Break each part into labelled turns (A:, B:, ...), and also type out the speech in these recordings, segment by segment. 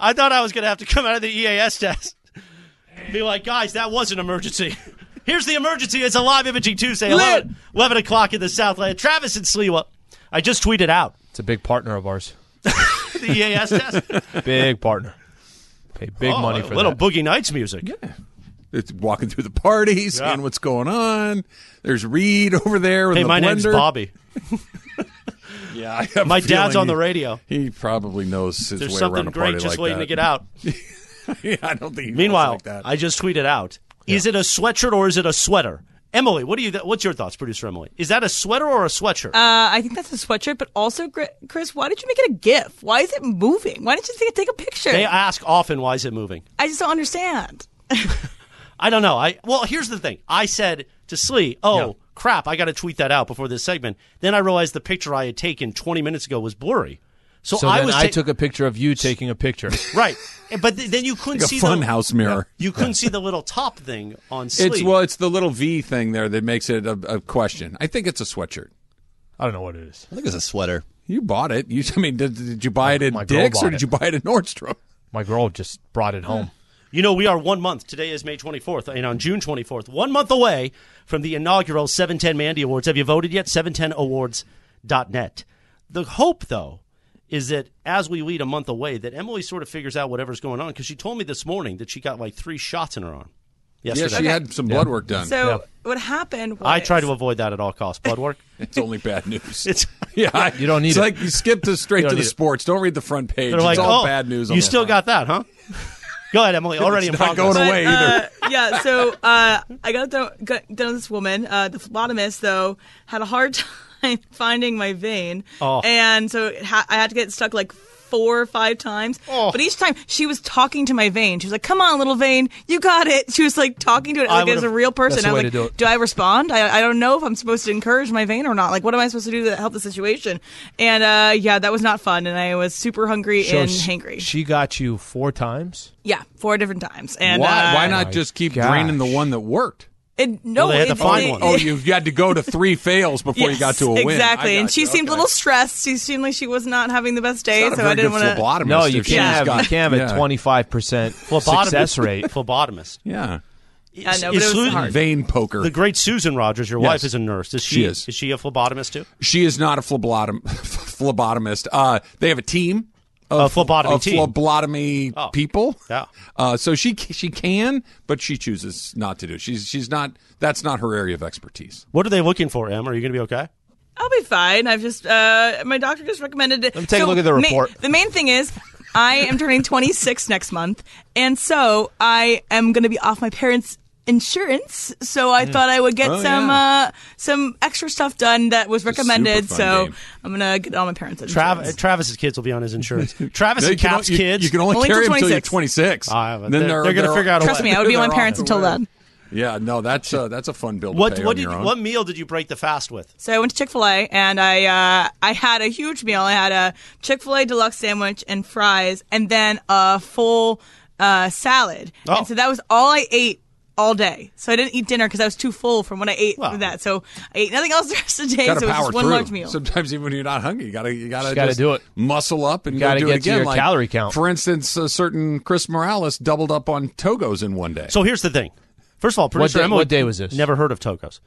A: I thought I was going to have to come out of the EAS test. Be like, guys, that was an emergency. Here's the emergency. It's a live imaging Tuesday, 11, 11 o'clock in the Southland. Travis and Sliwa. I just tweeted out
B: It's a big partner of ours.
A: the EAS test.
B: Big partner. Pay big
A: Oh,
B: money for
A: little
B: that.
A: Boogie Nights music.
C: It's walking through the parties
A: Yeah.
C: and what's going on. There's Reed over there with
A: Hey,
C: the
A: my
C: blender.
A: name's Bobby.
C: Yeah, I have a
A: My dad's
C: feeling
A: on the
C: he-
A: radio.
C: He probably knows his
A: There's
C: way
A: something
C: around a party
A: great just
C: like
A: waiting
C: that.
A: to get out.
C: yeah, I don't think. He knows
A: Meanwhile,
C: like that.
A: I just tweeted out: Is it a sweatshirt or is it a sweater? Emily, what do you? Th- what's your thoughts, producer Emily? Is that a sweater or a sweatshirt?
D: Uh, I think that's a sweatshirt, but also, Gr- Chris, why did you make it a GIF? Why is it moving? Why didn't you take, take a picture?
A: they ask often, "Why is it moving?"
D: I just don't understand.
A: I don't know. I well, here's the thing. I said to Slee, "Oh crap, I got to tweet that out before this segment." Then I realized the picture I had taken 20 minutes ago was blurry. So,
B: so
A: I
B: then
A: was
B: I
A: ta-
B: took a picture of you taking a picture.
A: right, but th- then you couldn't
C: like a
A: see the
C: funhouse mirror.
A: You couldn't see the little top thing on Slee.
C: It's well, it's the little V thing there that makes it a, a question. I think it's a sweatshirt.
B: I don't know what it is.
E: I think it's a sweater.
C: You bought it. You, I mean, did, did you buy it at
B: My girl
C: Dick's or
B: bought
C: did
B: it.
C: you buy it at Nordstrom?
B: My girl just brought it home.
A: You know, we are one month. Today is May 24th, and on June 24th, one month away from the inaugural 710 Mandy Awards. Have you voted yet? 710awards.net. The hope, though, is that as we lead a month away, that Emily sort of figures out whatever's going on because she told me this morning that she got like three shots in her arm
C: Yeah,
A: yesterday.
C: she had some blood work done.
D: So what happened? Was,
A: I try to avoid that at all costs. Blood work.
C: it's only bad news.
A: It's
C: yeah, I-
B: You don't need
C: It's
B: it.
C: like you skip to
B: You
C: straight
B: don't
C: to the
B: need it.
C: sports. Don't read the front page.
A: They're
C: it's
A: like,
C: all
A: oh,
C: bad news. On
A: You
C: the
A: still
C: front.
A: got that, huh? Go ahead, Emily. Already in
C: It's not
A: progress.
C: going away
D: But,
C: either.
D: uh, yeah, so uh, I got done, got done with this woman. Uh, the phlebotomist, though, had a hard time finding my vein.
A: Oh.
D: And so it ha- I had to get stuck like four or five times.
B: Oh.
D: But each time she was talking to my vein. She was like, come on, little vein, you got it. She was like talking to it like as
A: would've-
D: a real person.
B: That's the
D: I was
B: way
D: like,
B: to do it.
D: I respond? I, I don't know if I'm supposed to encourage my vein or not. Like, what am I supposed to do to help the situation? And uh, yeah, that was not fun. And I was super hungry
B: So
D: and
B: sh-
D: hangry.
B: She got you four times.
D: yeah, four different times. And
C: why,
D: uh,
C: why not just keep
B: gosh.
C: draining the one that worked?
D: It, no,
A: Well, they had to
D: it-
A: find
D: it-
A: one.
C: Oh, you had to go to three fails before
D: Yes,
C: you got to a win.
D: Exactly.
C: I
D: And
C: got
D: she
C: you.
D: seemed a
C: Okay.
D: little stressed. She seemed like she was not having the best day,
C: Not a
D: so
C: very
D: I didn't
C: good
D: want
C: phlebotomist
D: to.
B: No, you
C: if she's
B: can't have
C: got-
B: you can't have
C: yeah.
B: a twenty five percent success rate.
A: Phlebotomist.
C: Yeah.
D: I know, but
A: Is
D: it was
A: Susan-
D: hard.
C: Vein poker.
A: The great Susan Rogers, your
C: Yes.
A: wife, is a nurse. Is she,
C: She is.
A: Is she a phlebotomist too?
C: She is not a phlebotom- phlebotomist. Uh, they have a team of,
A: A phlebotomy
C: of
A: team.
C: phlebotomy
A: Oh.
C: people.
A: Yeah.
C: Uh, so she c- she can, but she chooses not to do. it. She's she's not. That's not her area of expertise.
A: What are they looking for, Em? Are you going to be okay?
D: I'll be fine. I've just uh, my doctor just recommended it.
B: Let me take a look at the
D: ma-
B: report.
D: the main thing is. I am turning 26 next month, and so I am going to be off my parents' insurance. So I thought I would get
C: Oh,
D: some
C: yeah.
D: uh, some extra stuff done that was recommended.
C: fun
D: So
C: game.
D: I'm going to get all my parents'
A: Trav-
D: insurance.
A: Travis's kids will be on his insurance. Travis
C: No,
A: and
C: can o-
A: Cap's kids.
C: You can only,
D: Only
C: carry
D: till
C: them until you're
D: 26.
C: 26.
A: Ah, but they're- they're gonna figure out a
D: Trust me, I would be
C: they're
D: my
C: off
D: parents
C: the
D: until
C: way.
D: then.
C: Yeah, no, that's a, that's a fun bill. To
A: what
C: pay
A: what
C: on
A: did
C: your
A: you,
C: own.
A: what meal did you break the fast with?
D: So I went to Chick Fil A and I uh, I had a huge meal. I had a Chick Fil A deluxe sandwich and fries, and then a full uh, salad.
A: Oh.
D: And so that was all I ate all day. So I didn't eat dinner because I was too full from what I ate
A: Wow.
D: from that. So I ate nothing else the rest of the day. So
C: Gotta
D: it was
C: power
D: just one
C: through.
D: large meal.
C: Sometimes even when you're not hungry, you gotta you gotta,
B: Just gotta do it.
C: Muscle up and
B: Gotta
C: go do it
B: get to
C: again.
B: your
C: like,
B: calorie count.
C: For instance, a certain Chris Morales doubled up on togos in one day.
A: So here's the thing. First of all, producer
B: day-
A: Emily,
B: what day was this?
A: Never heard of Tokos.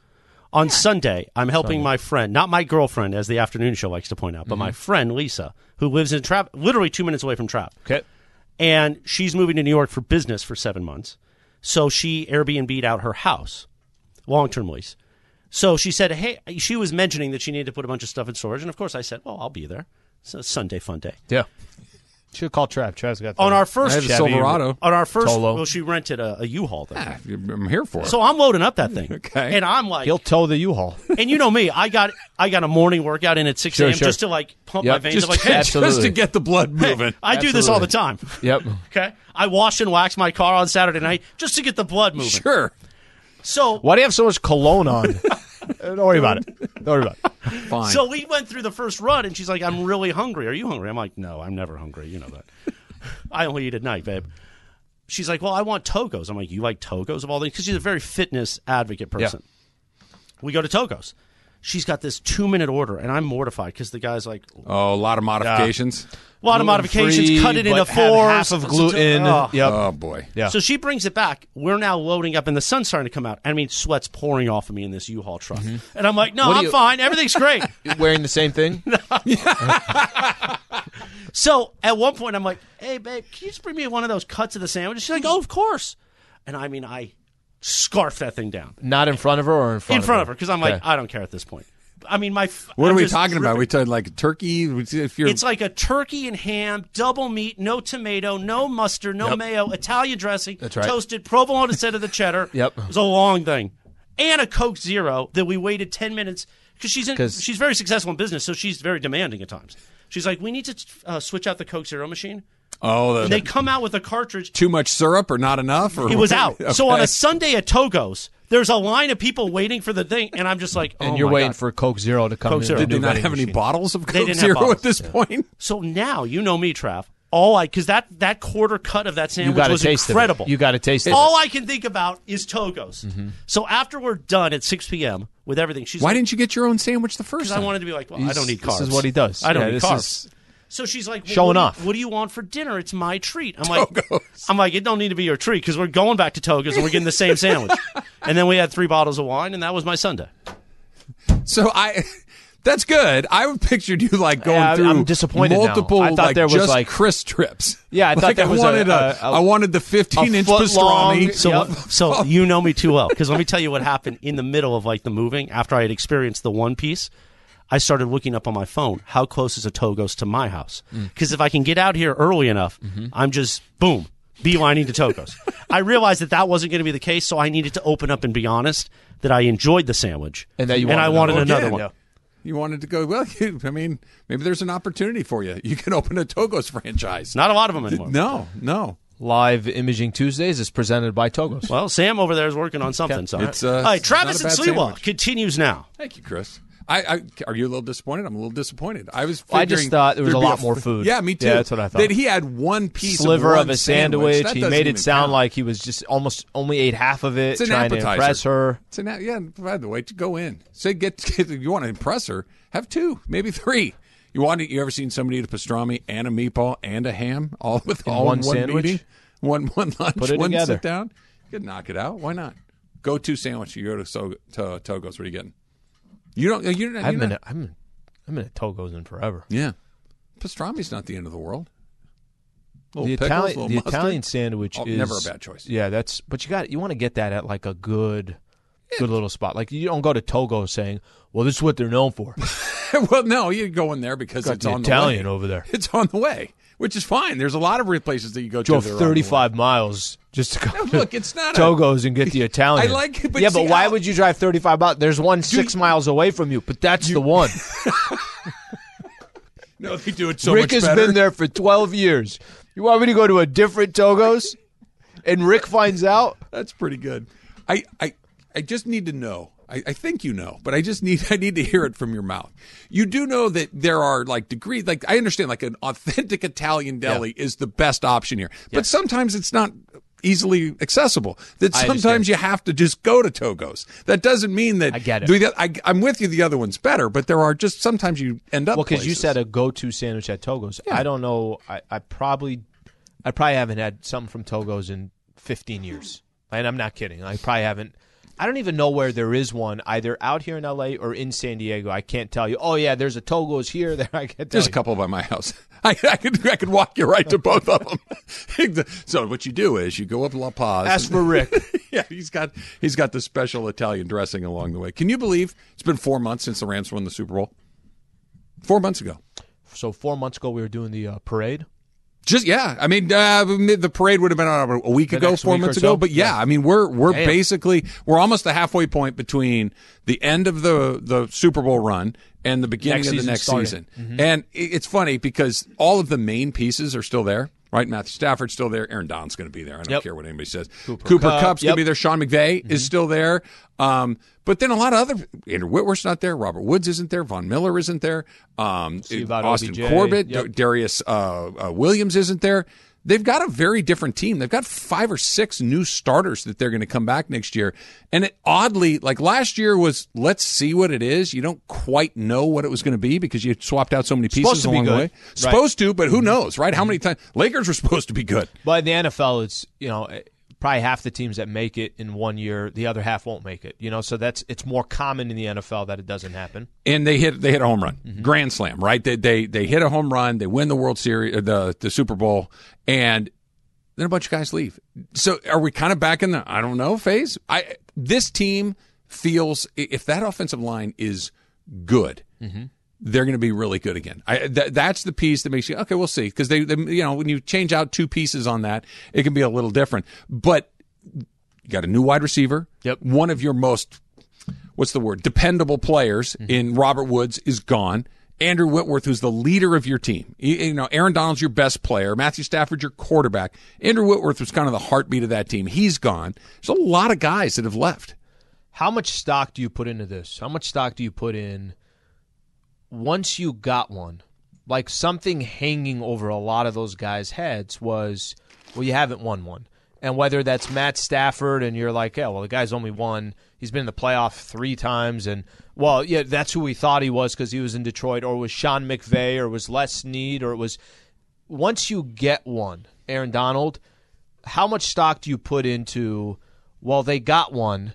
A: On Sunday, I'm helping my friend, not my girlfriend, as the afternoon show likes to point out, but
C: Mm-hmm.
A: my friend Lisa, who lives in Trav, literally two minutes away from Trav.
B: Okay.
A: and she's moving to New York for business for seven months. So she Airbnb'd out her house, long term lease. So she said, hey, she was mentioning that she needed to put a bunch of stuff in storage. And of course, I said, well, I'll be there. It's a Sunday fun day.
B: Yeah. Should call Trav. Trav's got the
A: On our first
C: I have a
B: Chevy.
C: Silverado.
A: on our first
B: Tolo.
A: well, she rented a a U-Haul thing.
C: Ah, I'm here for it.
A: So I'm loading up that thing.
C: Okay.
A: And I'm like
B: He'll tow the U-Haul.
A: and you know me, I got I got a morning workout in at six
B: Sure,
A: AM
B: sure.
A: just to like pump
B: Yep,
A: my veins.
C: just,
A: I'm like, hey,
B: Absolutely.
C: just to get the blood moving.
A: I do this all the time.
B: yep.
A: Okay. I wash and wax my car on Saturday night just to get the blood moving.
C: sure.
A: So
B: Why do you have so much cologne on? Don't worry about it. Don't worry about it.
C: Fine.
A: So we went through the first run, and she's like, "I'm really hungry. Are you hungry?" I'm like, "No, I'm never hungry. You know that. I only eat at night, babe." She's like, "Well, I want togos." I'm like, "You like togos of all things?" Because she's a very fitness advocate person. We go to togos. She's got this two minute order, and I'm mortified because the guy's like, "A
C: oh, a lot of modifications.
A: lot of modifications,
B: Gluten-free,
A: cut it into
B: but have
A: fours,
B: half of gluten.
A: Oh.
B: Yep.
C: Oh boy.
B: Yeah.
A: So she brings it back. We're now loading up, and the sun's starting to come out. I mean, sweat's pouring off of me in this U-Haul truck, and I'm like, "No,
B: Mm-hmm. What do
A: I'm
B: you-
A: fine. Everything's great."
B: Wearing the same thing?
A: So at one point, I'm like, "Hey, babe, can you just bring me one of those cuts of the sandwich?" She's like, "Oh, of course." And I mean, I scarf that thing down
B: Not in front of her or in front
A: in
B: of
A: front
B: her?
A: of her because I'm like,
B: Okay.
A: I don't care at this point. I mean, my f-
C: What
A: I'm
C: are we
A: just
C: talking about? We
A: dripping.
C: talking like turkey? If you're
A: It's like a turkey and ham, double meat, no tomato, no mustard, no mayo, Italian dressing,
B: That's right.
A: toasted provolone instead of the cheddar.
B: Yep.
A: it was a long thing, and a Coke Zero that we waited ten minutes because she's in,
B: 'Cause-
A: she's very successful in business, so she's very demanding at times. She's like, we need to uh, switch out the Coke Zero machine.
C: oh, the,
A: They come out with a cartridge.
C: too much syrup or not enough? Or
A: It was out. So
C: Okay.
A: on a Sunday at Togo's, there's a line of people waiting for the thing, and I'm just like, oh
B: And you're
A: my
B: waiting
A: God.
B: for Coke Zero to come
A: Coke
B: in.
A: Zero.
B: the
C: did they
B: new
C: not
B: vending
C: have any
B: machine.
C: bottles of Coke
A: didn't have
C: Zero
A: bottles,
C: at this point?
A: So now you know me, Trav. All I because that that quarter cut of that
B: You
A: sandwich
B: got to
A: was
B: taste
A: incredible.
B: Of it. You got to taste it. Mm-hmm.
A: All I can think about is Togo's. So after we're done at 6 p.m. with everything, she's
C: Why
A: like,
C: didn't you get your own sandwich the first
A: because I
C: time?
A: wanted to be like, well, I
B: He's-
A: don't need carbs.
B: this is what he does.
A: I don't
B: Yeah,
A: need
B: this
A: carbs.
B: is-
A: so she's like, well,
B: Showing
A: what do you-
B: off.
A: What do you want for dinner? It's my treat. I'm like, I'm like, it don't need to be your treat because we're going back to Togo's and we're getting the same sandwich. and then we had three bottles of wine, and that was my Sunday.
C: So I. That's good. I pictured you like going
B: Yeah, I'm-
C: through
B: I'm disappointed now.
C: multiple
B: I thought
C: like
B: there was,
C: just
B: like-
C: Chris trips.
B: Yeah, I thought
C: Like,
B: there was a-
C: wanted
B: a- a-
C: I wanted the 15 inch
B: foot long-
C: pastrami.
A: So,
B: Yep.
A: so you know me too well because let me tell you what happened in the middle of like the moving after I had experienced the One Piece. I started looking up on my phone how close is a Togo's to my house because if I can get out here early enough, I'm just boom beelining to Togo's. I realized that that wasn't going to be the case, so I needed to open up and be honest that I enjoyed the sandwich
B: And that you
A: I
B: wanted
A: wanted another
B: another
A: one.
B: one.
C: You wanted to go. Well, you, I mean, maybe there's an opportunity for you. You can open a Togo's franchise.
A: Not a lot of them anymore.
C: no, no.
B: Live Imaging Tuesdays is presented by Togos.
A: Well, Sam over there is working on something. So,
C: It's, uh,
A: all right,
C: it's
A: Travis and
C: not a bad
A: Sliwa
C: sandwich.
A: continues now.
C: Thank you, Chris. I, I are you a little disappointed? I'm a little disappointed. I was.
B: Well, I just
C: figuring
B: thought there was
C: there'd
B: a
C: be
B: lot more food.
C: Yeah, me too.
B: Yeah, that's what I thought.
C: That he had one piece
B: sliver
C: of,
B: of,
C: one
B: a sandwich.
C: That
B: He
C: doesn't
B: made
C: even
B: it sound
C: count.
B: like he was just almost only ate half of it,
C: It's an
B: trying
C: appetizer.
B: to impress her.
C: It's an, yeah. By the way, to go in, say get, get you want to impress her, have two, maybe three. You want to, you ever seen somebody eat a pastrami and a meatball and a ham all with all
B: one
C: in one
B: sandwich?
C: meeting, one one lunch,
B: Put it
C: one
B: together.
C: sit down? You could knock it out. Why not? Go to sandwich. You go to, so, to Togo's. What are you getting? You don't. You don't.
B: I
C: you're
B: haven't
C: not-
B: been, I haven't, been- I haven't been at Togo's in forever.
C: Yeah. Pastrami's not the end of the world. Little
B: the
C: pickles,
B: Italian,
C: little
B: the
C: mustard.
B: Italian sandwich
C: Oh,
B: is
C: never a bad choice.
B: Yeah, that's but you got you want to get that at like a good, good little spot. Like you don't go to Togo saying, "Well, this is what they're known for."
C: well, no, you go in there because
B: Got
C: it's
B: the
C: on
B: Italian
C: the way.
B: over there.
C: It's on the way, which is fine. There's a lot of re- places that you go to.
B: Drove
C: that are on the way.
B: thirty-five miles just to go.
C: No,
B: to
C: look, it's not a-
B: Togo's and get the Italian.
C: I like it, but
B: yeah,
C: see,
B: but why
C: I'll-
B: would you drive thirty-five miles? There's one six miles away from you, but that's the one.
C: No, they do it so
B: Rick
C: much
B: has
C: better.
B: been there for 12 years. You want me to go to a different Togo's? And Rick finds out?
C: That's pretty good. I, I, I just need to know. I, I think you know, but I just need I need to hear it from your mouth. You do know that there are like degrees. Like I understand, like an authentic Italian deli is the best option here, but sometimes it's not easily accessible. That
B: I understand.
C: sometimes you have to just go to Togo's. That doesn't mean that
B: I get it.
C: the- I, am with you. The other one's better, but there are just sometimes you end up.
B: Well, because you
C: places.
B: said a go-to sandwich at Togo's. I don't know. I, I probably, I probably haven't had something from Togo's in 15 years, and I'm not kidding. I probably haven't. I don't even know where there is one either out here in LA or in San Diego. I can't tell you. Oh yeah, there's a Togo's here. There, I can't tell
C: There's a
B: you.
C: couple by my house. I, I could I could walk you right to both of them. so what you do is you go up La Paz.
B: Ask for Rick.
C: yeah, he's got he's got the special Italian dressing along the way. Can you believe it's been four months since the Rams won the Super Bowl? Four months ago.
B: so four months ago, we were doing the uh, parade.
C: Just yeah, I mean uh, the parade would have been on a week ago,
B: next
C: four
B: week or
C: months ago,
B: so?
C: but yeah, I mean we're we're
B: Damn.
C: basically we're almost the halfway point between the end of the the Super Bowl run and the beginning
B: Next
C: of the
B: season
C: next
B: starting. Mm-hmm.
C: season. And it- it's funny because all of the main pieces are still there, right? Matthew Stafford's still there. Aaron Don's going to be there. I don't
B: Yep.
C: care what anybody says. Cooper,
B: Kupp,
C: Cup's going
B: yep. Mm-hmm.
C: to be there. Sean McVay is still there. Um, but then a lot of other Andrew Whitworth's not there. Robert Woods isn't there. Von Miller isn't there. Um,
B: Steve Otto,
C: Austin
B: OBJ,
C: Corbett,
B: yep.
C: D- Darius uh, uh, Williams isn't there. They've got a very different team. They've got five or six new starters that they're going to come back next year. And it oddly, like last year was, let's see what it is. You don't quite know what it was going to be because you swapped out so many pieces
B: Supposed to be
C: along the
B: good.
C: way.
B: Right. Mm-hmm.
C: Supposed to, but who knows, right? How many times Lakers were supposed to be good?
B: But in the NFL, it's you know eh, probably half the teams that make it in one year, the other half won't make it. You know, so that's it's more common in the NFL that it doesn't happen.
C: and they hit they hit a home run, grand slam, right? They, they they hit a home run, they win the World Series, uh, the the Super Bowl, and then a bunch of guys leave. So are we kind of back in the I don't know phase? I this team feels i- if that offensive line is good. They're going to be really good again. I, th- that's the piece that makes you okay. We'll see because they, they, you know, when you change out two pieces on that, it can be a little different. But you got a new wide receiver.
B: Yep.
C: One of your most what's the word dependable players in Robert Woods is gone. Andrew Whitworth, who's the leader of your team, you, you know Aaron Donald's your best player. Matthew Stafford, your quarterback. Andrew Whitworth was kind of the heartbeat of that team. He's gone. There's a lot of guys that have left.
B: How much stock do you put into this? How much stock do you put in once you got one? Like something hanging over a lot of those guys' heads was, well, you haven't won one. And whether that's Matt Stafford and you're like, yeah, well, the guy's only won. He's been in the playoff three times. And, well, yeah, that's who we thought he was because he was in Detroit, or was Sean McVay, or was Les Snead, or it was. Once you get one, Aaron Donald, how much stock do you put into, well, they got one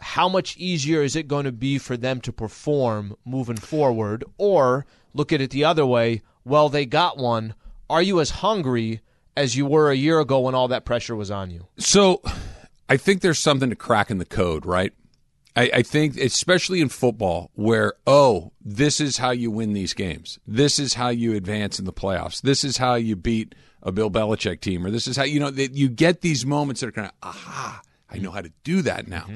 B: how much easier is it going to be for them to perform moving forward? Or look at it the other way. Well, they got one. Are you as hungry as you were a year ago when all that pressure was on you?
C: So I think there's something to crack in the code, right? I, I think, especially in football, where, oh, this is how you win these games. This is how you advance in the playoffs. This is how you beat a Bill Belichick team, or this is how, you know, that you get these moments that are kind of, aha, I know how to do that now.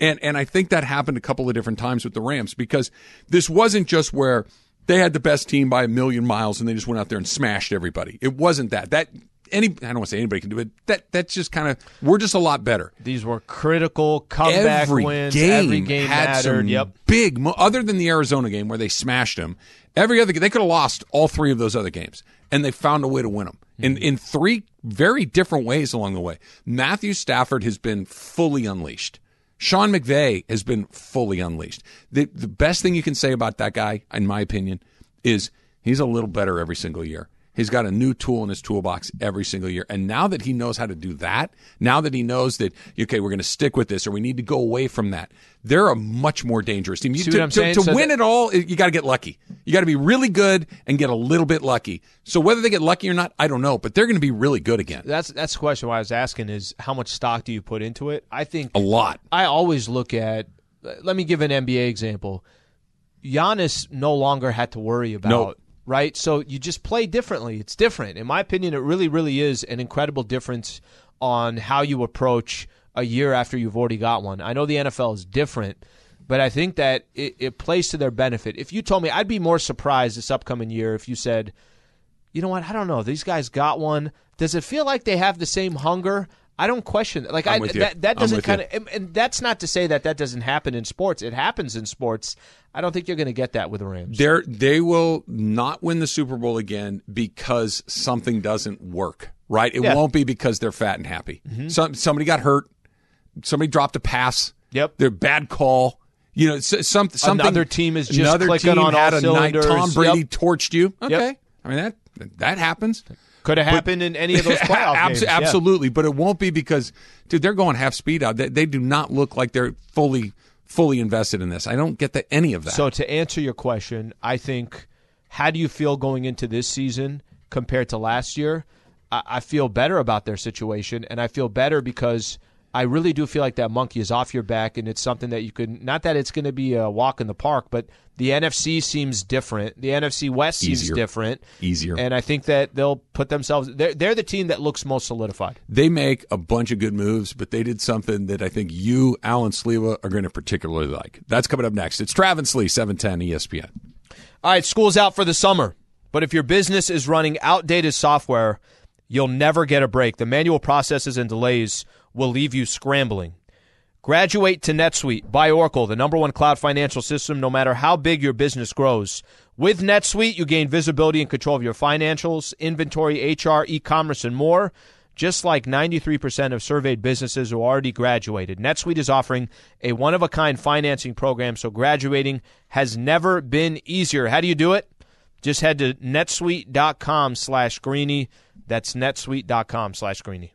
C: And, and I think that happened a couple of different times with the Rams because this wasn't just where they had the best team by a million miles and they just went out there and smashed everybody. It wasn't that. That, any, I don't want to say anybody can do it. That that's just kind of we're just a lot better
B: These were critical comeback
C: every
B: wins.
C: Game
B: every game
C: had
B: mattered.
C: Some
B: yep.
C: Big, mo- other than the Arizona game where they smashed them, every other they could have lost all three of those other games, and they found a way to win them
B: Hmm.
C: in in three very different ways along the way. Matthew Stafford has been fully unleashed. Sean McVay has been fully unleashed. The the best thing you can say about that guy, in my opinion, is he's a little better every single year. He's got a new tool in his toolbox every single year. And now that he knows how to do that, now that he knows that, okay, we're going to stick with this or we need to go away from that, they're a much more dangerous team. You,
B: See
C: to
B: what I'm
C: to-
B: saying?
C: to
B: So
C: win
B: that-
C: it all, you got to get lucky. You got to be really good and get a little bit lucky. So whether they get lucky or not, I don't know, but they're going to be really good again.
B: That's that's the question why I was asking is how much stock do you put into it? I think
C: A lot.
B: I always look at. Let me give an NBA example. Giannis no longer had to worry about
C: No.
B: right. So you just play differently. It's different, in my opinion. It really, really is an incredible difference on how you approach a year after you've already got one. I know the NFL is different, but I think that it, it plays to their benefit. If you told me, I'd be more surprised this upcoming year if you said, you know what? I don't know. These guys got one. Does it feel like they have the same hunger? I don't question that. Like I,
C: with you.
B: that, that
C: I'm
B: doesn't
C: with you.
B: kind of, and, and that's not to say that that doesn't happen in sports. It happens in sports. I don't think you're going to get that with the Rams.
C: They're, they will not win the Super Bowl again because something doesn't work, right? It
B: Yeah. Mm-hmm.
C: won't be because they're fat and happy. Some, somebody got hurt. Somebody dropped a pass.
B: Yep.
C: Their bad call. You know, s- some, something.
B: Another team is just
C: another
B: clicking
C: team
B: on all
C: had a
B: cylinders.
C: Night. Tom Brady
B: Yep.
C: torched you. Okay.
B: Yep.
C: I mean, that that happens.
B: Could have happened in any of those playoff
C: Abs-
B: games. Yeah.
C: Absolutely, but it won't be because, dude, they're going half speed out. They, they do not look like they're fully fully invested in this. I don't get the, any of that.
B: So to answer your question, I think how do you feel going into this season compared to last year? I, I feel better about their situation, and I feel better because I really do feel like that monkey is off your back, and it's something that you could not that it's going to be a walk in the park, but the NFC seems different. The NFC West seems
C: Easier.
B: different,
C: Easier.
B: and I think that they'll put themselves. They're they're the team that looks most solidified.
C: They make a bunch of good moves, but they did something that I think you, Alan Sleva, are going to particularly like. That's coming up next. It's Travis Lee, E 710 ESPN.
B: All right, school's out for the summer, but if your business is running outdated software, you'll never get a break. The manual processes and delays will leave you scrambling. Graduate to NetSuite by Oracle, the number one cloud financial system, no matter how big your business grows. With NetSuite, you gain visibility and control of your financials, inventory, HR, e commerce, and more. Just like 93% of surveyed businesses who already graduated, NetSuite is offering a one of a kind financing program, so graduating has never been easier. How do you do it? Just head to netsuite.com slash greeny. That's netsuite.com slash greeny.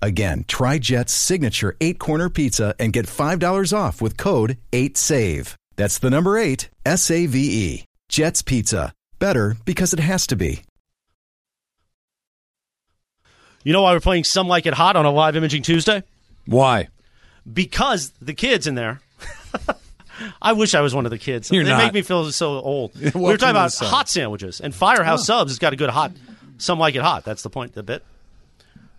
E: Again, try Jet's signature eight corner pizza and get $5 off with code 8SAVE. That's the number eight, S A V E. Jet's Pizza. Better because it has to be.
A: You know why we're playing Some Like It Hot on a live imaging Tuesday?
C: Why?
A: Because the kids in there. I wish I was one of the kids.
C: You're
A: they
C: not.
A: make me feel so old. we
C: Welcome
A: were talking
C: to the
A: about
C: sun.
A: hot sandwiches and Firehouse Subs has got a good hot. Some like it hot. That's the point. The bit.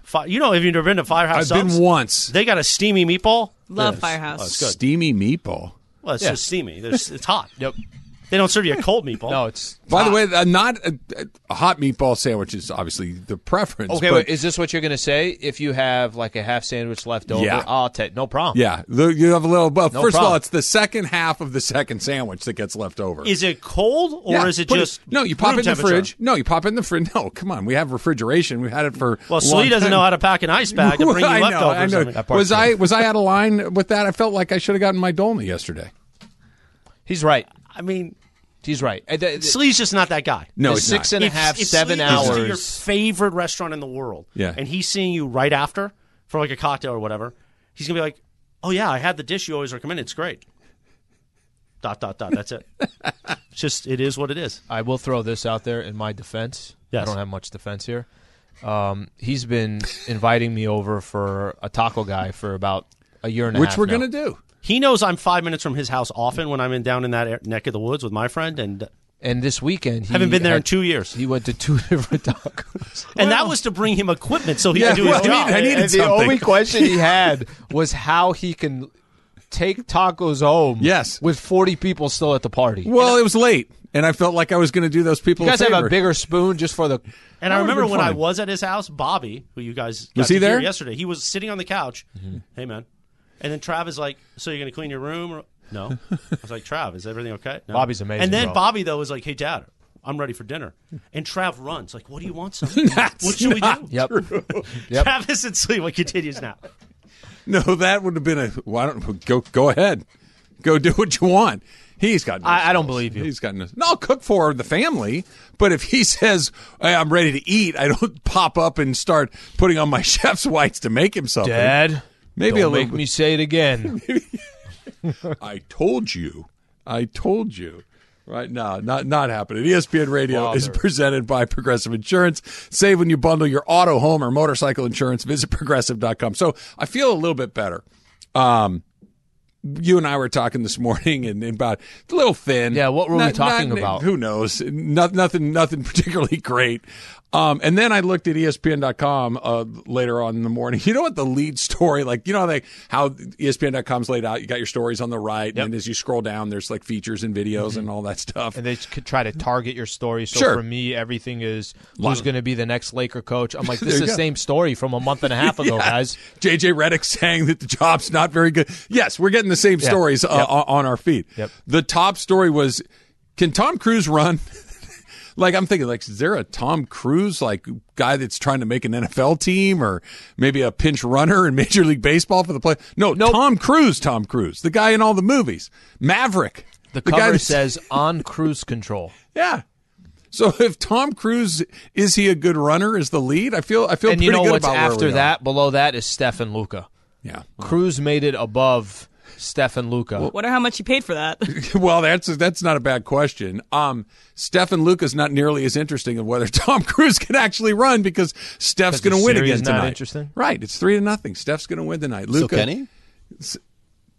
A: Fi- you know, have you never been to Firehouse
C: I've been
A: Subs?
C: once.
A: They got a steamy meatball. Oh,
D: Love Firehouse.
A: good.
C: Steamy meatball.
A: Well, it's
B: Yeah.
A: just steamy. There's, it's hot.
B: Yep.
A: They don't serve you a cold meatball.
B: No, it's
C: By the way, uh, not a, a hot meatball sandwich is obviously the preference.
B: Okay,
C: but
B: wait, is this what you're going to say? If you have like a half sandwich left over,
C: Yeah.
B: I'll take no problem.
C: yeah, the- you have a little. But
B: No
C: first of all,
B: problem.
C: it's the second half of the second sandwich that gets left over.
A: Is it cold or
C: Yeah,
A: is it
C: put
A: just
C: no? You pop
A: room
C: it in the
A: temperature?
C: fridge. No, you pop it in the fridge. No, come on. We have refrigeration. We've had it for
A: Well,
C: a long
A: Slee doesn't
C: time.
A: know how to pack an ice bag to bring you
C: I know, I
A: leftovers.
C: know.
A: I mean,
B: That part's
C: Was I was I out of line with that? I felt like I should have gotten my dolma yesterday.
B: He's right.
A: I mean,
B: He's right. Uh, the- the-
A: Slee's just not that guy.
C: No,
B: the
C: it's
B: six
C: not.
B: and a
A: If-
B: half,
A: if
B: seven
A: Slee goes To your
B: hours.
A: favorite restaurant in the world.
C: Yeah.
A: And he's seeing you right after for like a cocktail or whatever. He's gonna be like, "Oh yeah, I had the dish you always recommend. It's great." Dot dot dot. That's it. it's just it is what it is.
B: I will throw this out there in my defense. I
A: Yes.
B: don't have much defense here. Um, he's been inviting me over for a taco guy for about a year and a
C: Which
B: half.
C: we're
B: now.
C: gonna do.
A: He knows I'm five minutes from his house often when I'm in down in that air- neck of the woods with my friend, and
B: And this weekend, he
A: haven't been there in
B: had-
A: two years.
B: He went to two different tacos.
A: and that was to bring him equipment so he
C: Yeah,
A: could do his
C: well, I
A: job.
C: mean, I needed
B: and the
C: something.
B: only question he had was how he can take tacos home.
C: Yes.
B: with forty people still at the party.
C: Well, it was late, and I felt like I was gonna do those people.
B: You guys
C: a
B: have
C: favor.
B: a bigger spoon just for the.
A: And I
C: That would've
A: remember
C: been
A: when I
C: fun.
A: was at his house, Bobby, who you guys got
C: Was
A: to
C: he
A: hear
C: there? Mm-hmm.
A: yesterday, he was sitting on the couch. Hey man, and then Trav is like, "So you're gonna clean your room?" Or, no, I was like, "Trav, is everything okay?" No.
B: Bobby's amazing,
A: And then
B: bro.
A: Bobby though was like, "Hey Dad, I'm ready for dinner." And Trav runs like, "What do you want? Something?
C: That's
A: what should we do?"
C: not-
B: Yep. Yep.
A: Travis and Sleewa continues now.
C: No, that would have been a. Why don't go? Go ahead, go do what you want. He's got. No
B: I- I don't
C: skills.
B: believe you.
C: He's got no. No, I'll cook for the family, but if he says hey, I'm ready to eat, I don't pop up and start putting on my chef's whites to make him something.
B: Dad,
C: Maybe a
B: don't
C: little
B: make
C: bit.
B: me say it again.
C: I told you. I told you. Right now, not not happening. E ESPN Radio is presented by Progressive Insurance. Save when you bundle your auto, home, or motorcycle insurance. Visit progressive.com. So I feel a little bit better. Um, you and I were talking this morning and, and about it's a little thin.
B: Yeah, what were we talking about?
C: Who knows? Not, nothing, nothing particularly great. Um, and then I looked at ESPN.com uh, later on in the morning. You know what the lead story, like you know how they how E ESPN.com's laid out. You got your stories on the right, and then as you scroll down, there's like features and videos and all that stuff.
B: and they could try to target your story. So
C: Sure.
B: for me, everything is who's going to be the next Laker coach. I'm like, this is
C: you
B: the
C: go.
B: same story from a month and a half ago, guys.
C: JJ Reddick saying that the job's not very good. Yes, we're getting the same stories uh, on on our feed.
B: Yep.
C: The top story was can Tom Cruise run? Like I'm thinking, like is there a Tom Cruise like guy that's trying to make an NFL team or maybe a pinch runner in Major League Baseball for the play? No, Tom Cruise, Tom Cruise, the guy in all the movies, Maverick.
B: The
C: guy
B: cover
C: that's-
B: says on cruise control.
C: yeah. So if Tom Cruise is he a good runner is the lead, I feel I feel
B: and
C: pretty
B: you know
C: good
B: what's
C: about where we
B: after
C: are.
B: that? Below that is Stefan Luca.
C: Yeah.
B: Cruz made it above Stefan Luca.
D: Wonder how much he paid for that.
C: Well, that's that's not a bad question. Um, Stefan Luca's not nearly as interesting of whether Tom Cruise can actually run because Steph's
B: 'Cause the
C: going to win
B: series
C: again
B: not
C: tonight.
B: interesting?
C: Right? It's three to nothing. Steph's going to win tonight. Luca,
F: So can he?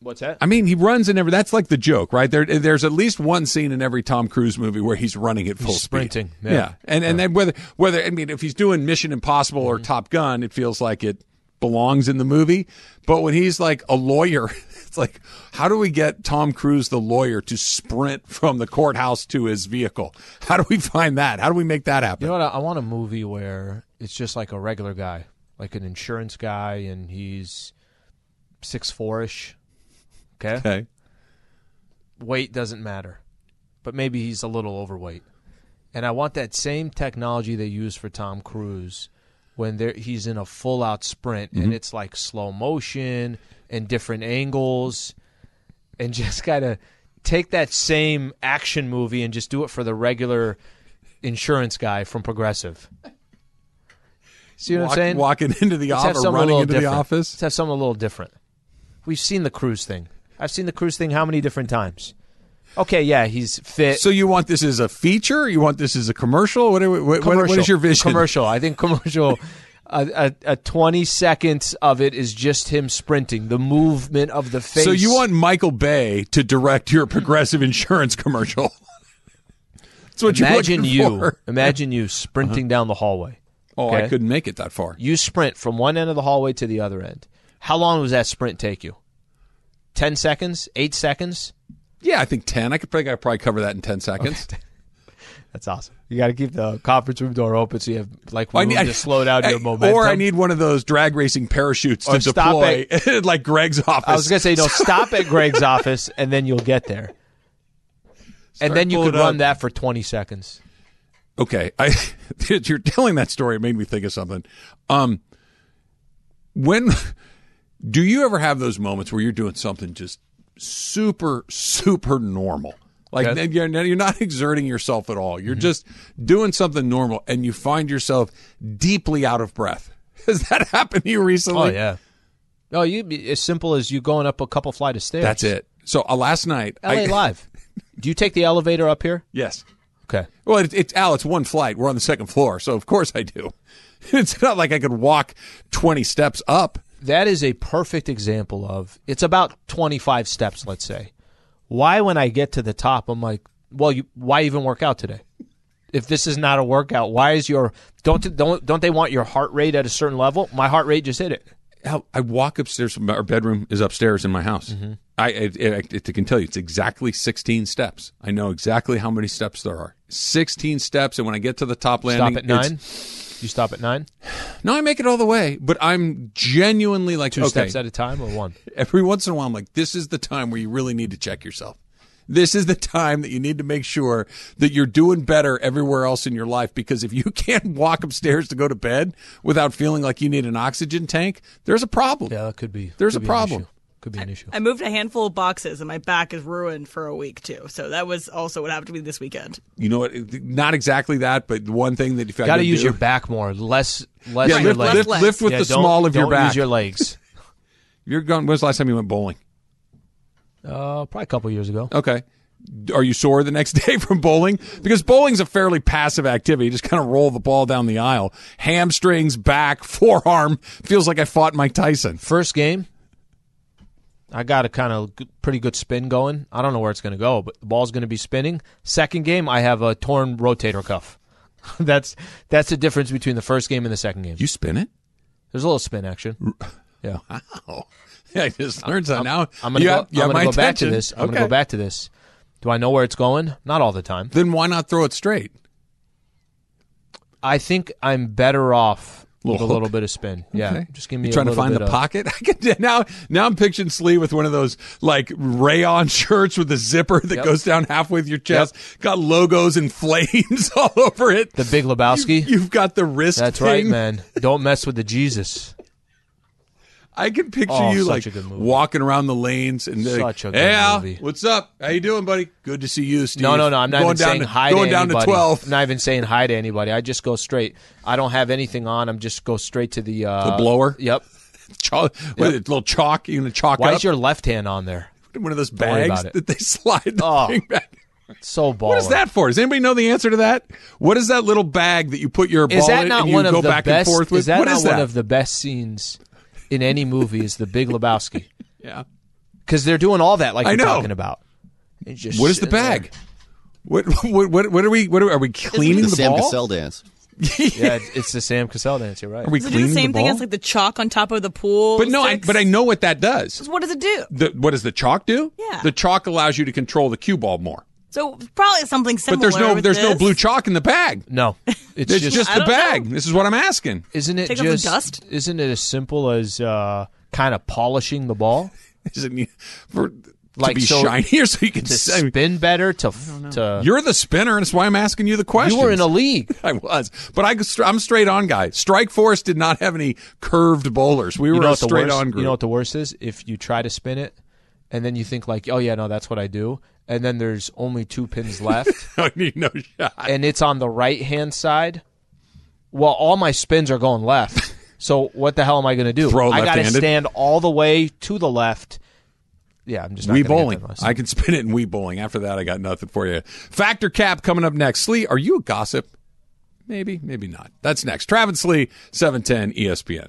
B: What's that?
C: I mean, he runs in every. That's like the joke, right? There, there's at least one scene in every Tom Cruise movie where he's running at full
B: sprinting,
C: speed.
B: yeah. Mm-hmm.
C: and and then whether whether I mean, if he's doing Mission Impossible or Top Gun, it feels like it belongs in the movie. But when he's like a lawyer, it's like, how do we get Tom Cruise, the lawyer, to sprint from the courthouse to his vehicle? How do we find that? How do we make that happen?
B: You know what? I, I want a movie where it's just like a regular guy, like an insurance guy, and he's six four ish. Okay?
C: okay,
B: weight doesn't matter, but maybe he's a little overweight. And I want that same technology they use for Tom Cruise when there he's in a full out sprint
C: Mm-hmm.
B: and it's like slow motion and different angles and just kind of take that same action movie and just do it for the regular insurance guy from Progressive. See what I'm
C: Walk-
B: saying?
C: walking into the
B: Let's have
C: office,
B: something a
C: running
B: little
C: into
B: different.
C: the
B: Let's
C: office.
B: have something a little different. We've seen the cruise thing. I've seen the cruise thing how many different times? Okay, yeah, he's fit.
C: So you want this as a feature? You want this as a commercial? What, do we- what, what-
B: commercial.
C: what is your vision?
B: Commercial. I think commercial. a, a, a twenty seconds of it is just him sprinting, the movement of the face.
C: So you want Michael Bay to direct your progressive insurance commercial? That's what
B: imagine
C: you're
B: you
C: looking for.
B: imagine you sprinting down the hallway.
C: Oh, I
B: okay?
C: couldn't make it that far.
B: You sprint from one end of the hallway to the other end. How long does that sprint take you? Ten seconds? Eight seconds?
C: Yeah, I think ten. I could probably, I could probably cover that in ten seconds.
B: That's awesome. You got to keep the conference room door open so you have like
C: Well,
B: room to slow down
C: I-
B: your momentum.
C: Or I need one of those drag racing parachutes
B: Or
C: to
B: stop
C: deploy, like Greg's office.
B: I was gonna say no. Stop at Greg's office and then you'll get there. and then you
C: pulling
B: could run
C: up.
B: that for twenty seconds.
C: okay i you're telling that story it made me think of something um when do you ever have those moments where you're doing something just super super normal like
B: Okay.
C: you're, you're not exerting yourself at all you're just doing something normal and you find yourself deeply out of breath has that happened to you recently
B: Oh, No, you as simple as you going up a couple flight of stairs.
C: that's it so uh, last night
B: LA Live. Do you take the elevator up here?
C: yes
B: Okay.
C: Well, it, it, Al, it's one flight. We're on the second floor, so of course I do. It's not like I could walk twenty steps up.
B: That is a perfect example of it's about twenty five steps, let's say. Why when I get to the top I'm like, well, you, why even work out today? If this is not a workout, why is your don't don't don't they want your heart rate at a certain level? My heart rate just hit it.
C: Al, I walk upstairs. from- Our bedroom is upstairs in my house.
B: Mm-hmm.
C: I, I, I, I can tell you, it's exactly sixteen steps. I know exactly how many steps there are. Sixteen steps, and when I get to the top
B: Stop
C: landing,
B: at
C: it's-
B: nine. You stop at nine.
C: No, I make it all the way, but I'm genuinely like
B: Two
C: okay,
B: steps at a time or one.
C: every once in a while I'm like, this is the time where you really need to check yourself. This is the time that you need to make sure that you're doing better everywhere else in your life because if you can't walk upstairs to go to bed without feeling like you need an oxygen tank, there's a problem.
B: Yeah, that could be.
C: There's
B: could
C: a
B: be an
C: problem.
B: issue. Could be an issue.
D: I moved a handful of boxes and my back is ruined for a week too. So that was also what happened to me this weekend.
C: You know what? it- Not exactly that, but the one thing that if I
B: Got to
C: could
B: use
C: do-
B: your back more. Less, less
C: Yeah,
B: your
C: lift,
B: legs.
C: lift,
D: legs.
C: lift with
B: Yeah,
C: the
B: don't-
C: small of your
B: don't
C: back.
B: Use your legs.
C: You're going. When's the last time you went bowling?
B: Uh, probably a couple years ago.
C: Okay. Are you sore the next day from bowling? Because bowling's a fairly passive activity. You just kind of roll the ball down the aisle. Hamstrings, back, forearm. Feels like I fought Mike Tyson.
B: First game, I got a kind of g- pretty good spin going. I don't know where it's going to go, but the ball's going to be spinning. Second game, I have a torn rotator cuff. that's that's the difference between the first game and the second game.
C: You spin it?
B: There's a little spin action. Yeah.
C: Oh. I just learned something. Now
B: I'm gonna
C: you
B: go,
C: have- you have
B: I'm
C: my
B: gonna go back to
C: attention.
B: this. I'm
C: Okay.
B: gonna go back to this. Do I know where it's going? Not all the time.
C: Then why not throw it straight?
B: I think I'm better off with a
C: hook?
B: little bit of spin. Yeah,
C: Okay.
B: just give me.
C: You
B: a
C: trying to
B: little
C: find
B: bit
C: the
B: of-
C: pocket. I can, now, now I'm picturing Slee with one of those like rayon shirts with a zipper that goes down halfway with your chest. Got logos and flames all over it.
B: The Big Lebowski.
C: You, have got the wrist.
B: That's right,
C: thing.
B: man. Don't mess with the Jesus.
C: I can picture
B: Oh,
C: you
B: such
C: like
B: a good movie.
C: walking around the lanes and they're like,
B: Such a good
C: hey, Al,
B: movie.
C: what's up? How you doing, buddy? Good to see you, Steve.
B: No, no, no. I'm not
C: going
B: even
C: down
B: saying
C: to,
B: hi
C: Going
B: to
C: down
B: anybody.
C: to twelve.
B: I'm not even saying hi to anybody. I just go straight. I don't have anything on. I'm just go straight to the uh,
C: The blower?
B: Yep.
C: Chalk, what, a little chalk. You gonna chalk
B: Why
C: up
B: is your left hand on there?
C: one of those
B: worry
C: bags
B: about it.
C: that they slide the
B: Oh.
C: thing back?
B: It's so baller.
C: What is that for? Does anybody know the answer to that? What is that little bag that you put your ball
B: Is that
C: in
B: not
C: and you
B: one
C: go
B: of the
C: back
B: best?
C: and forth with?
B: Is that
C: What
B: not
C: is that?
B: one of the best scenes in any movie? Is the Big Lebowski?
C: yeah.
B: Because they're doing all that, like
C: I
B: you're
C: know.
B: talking about. It's just
C: What is the
B: sitting there.
C: bag? What, what what what are we what are, are we cleaning
F: the
C: the,
F: Sam
C: ball?
F: Cassell dance.
B: Yeah, it's- it's the Sam Cassell dance. You're right.
C: Are we
D: Does it do
C: cleaning
D: the same
C: the
D: thing
C: ball?
D: as like the chalk on top of the pool?
C: but no, I,
D: sticks?
C: but I know what that does.
D: So What does it do?
C: The, what does the chalk do?
D: Yeah.
C: The chalk allows you to control the cue ball more.
D: So probably something similar.
C: But there's no
D: with
C: there's no
D: this.
C: blue chalk in the bag.
B: No, it's
C: It's just,
B: just,
C: the
D: I don't
C: bag. This is what I'm asking.
B: isn't it
D: Take off the
B: just
D: dust?
B: Isn't it as simple as uh, kind of polishing the ball
C: Is it need- for to
B: Like,
C: be
B: so-
C: shinier so you can
B: to
C: s- I mean,
B: spin better to f- to
C: You're the spinner, and that's why I'm asking you the question.
B: you were in a league.
C: I was, but I, am straight on guy. Strike Force did not have any curved bowlers. We were
B: you know
C: a
B: what the
C: straight
B: worst,
C: on group.
B: You know what the worst is? If you try to spin it, and then you think like, oh yeah, no, that's what I do, and then there's only two pins left,
C: I need no shot.
B: and it's on the right hand side. Well, all my spins are going left. So what the hell am I going to do?
C: Throw
B: I gotta
C: left-handed.
B: stand all the way to the left. Yeah, I'm just not
C: We
B: gonna get
C: bowling.
B: that lesson.
C: I can spin it in we bowling. After that, I got nothing for you. Factor cap coming up next. Slee, are you a gossip? Maybe, maybe not. That's next. Travis Slee, seven ten E ESPN.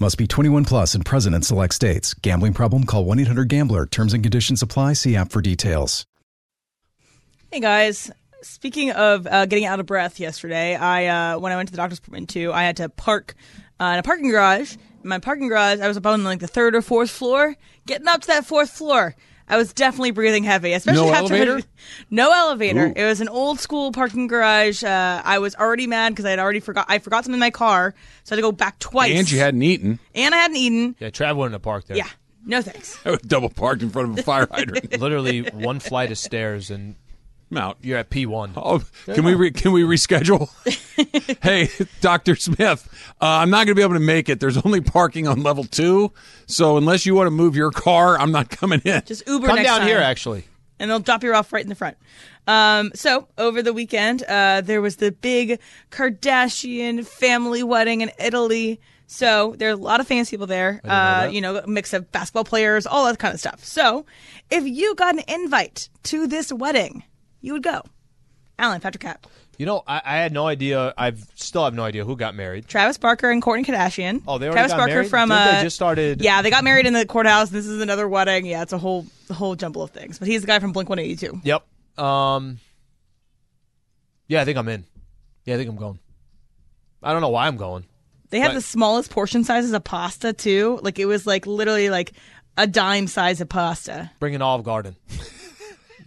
E: Must be 21 plus and present in select states. Gambling problem? Call 1 800 Gambler. Terms and conditions apply. See app for details.
D: Hey guys, speaking of uh, getting out of breath, yesterday I uh, when I went to the doctor's appointment too, I had to park uh, in a parking garage. In my parking garage, I was up on like the third or fourth floor. Getting up to that fourth floor, I was definitely breathing heavy, especially
C: No
D: after
C: elevator?
D: no elevator.
C: Ooh.
D: It was an old school parking garage. Uh, I was already mad because I had already forgot. I forgot something in my car, so I had to go back twice.
C: And you hadn't eaten.
D: and I hadn't eaten.
B: yeah, Trav went in the park there.
D: Yeah, no thanks.
C: Double parked in front of a fire hydrant.
B: literally one flight of stairs, and
C: I'm out.
B: you're at P one.
C: Oh, can we re- can we reschedule? hey, Doctor Smith, uh, I'm not going to be able to make it. There's only parking on level two, so unless you want to move your car, I'm not coming in.
D: Just Uber.
B: Come
D: next
B: down here,
D: time.
B: actually.
D: and they'll drop you off right in the front. Um, so over the weekend, uh, there was the big Kardashian family wedding in Italy. So there are a lot of famous people there. Uh, you know, a mix of basketball players, all that kind of stuff. So if you got an invite to this wedding, you would go. Alan Patrick Cap,
B: You know, I, I had no idea. I've still have no idea who got married.
D: Travis Barker, and Kourtney Kardashian.
B: Oh, they already
D: Travis
B: got
D: Barker
B: married?
D: from
B: Didn't they
D: uh,
B: just started-
D: Yeah, they got married in the courthouse. This is another wedding. Yeah, it's a whole whole jumble of things. But he's the guy from Blink One Eighty Two.
B: Yep. Um. Yeah, I think I'm in. Yeah, I think I'm going. I don't know why I'm going.
D: They had the smallest portion sizes of pasta too. Like it was like literally like a dime size of pasta.
B: Bring an Olive Garden.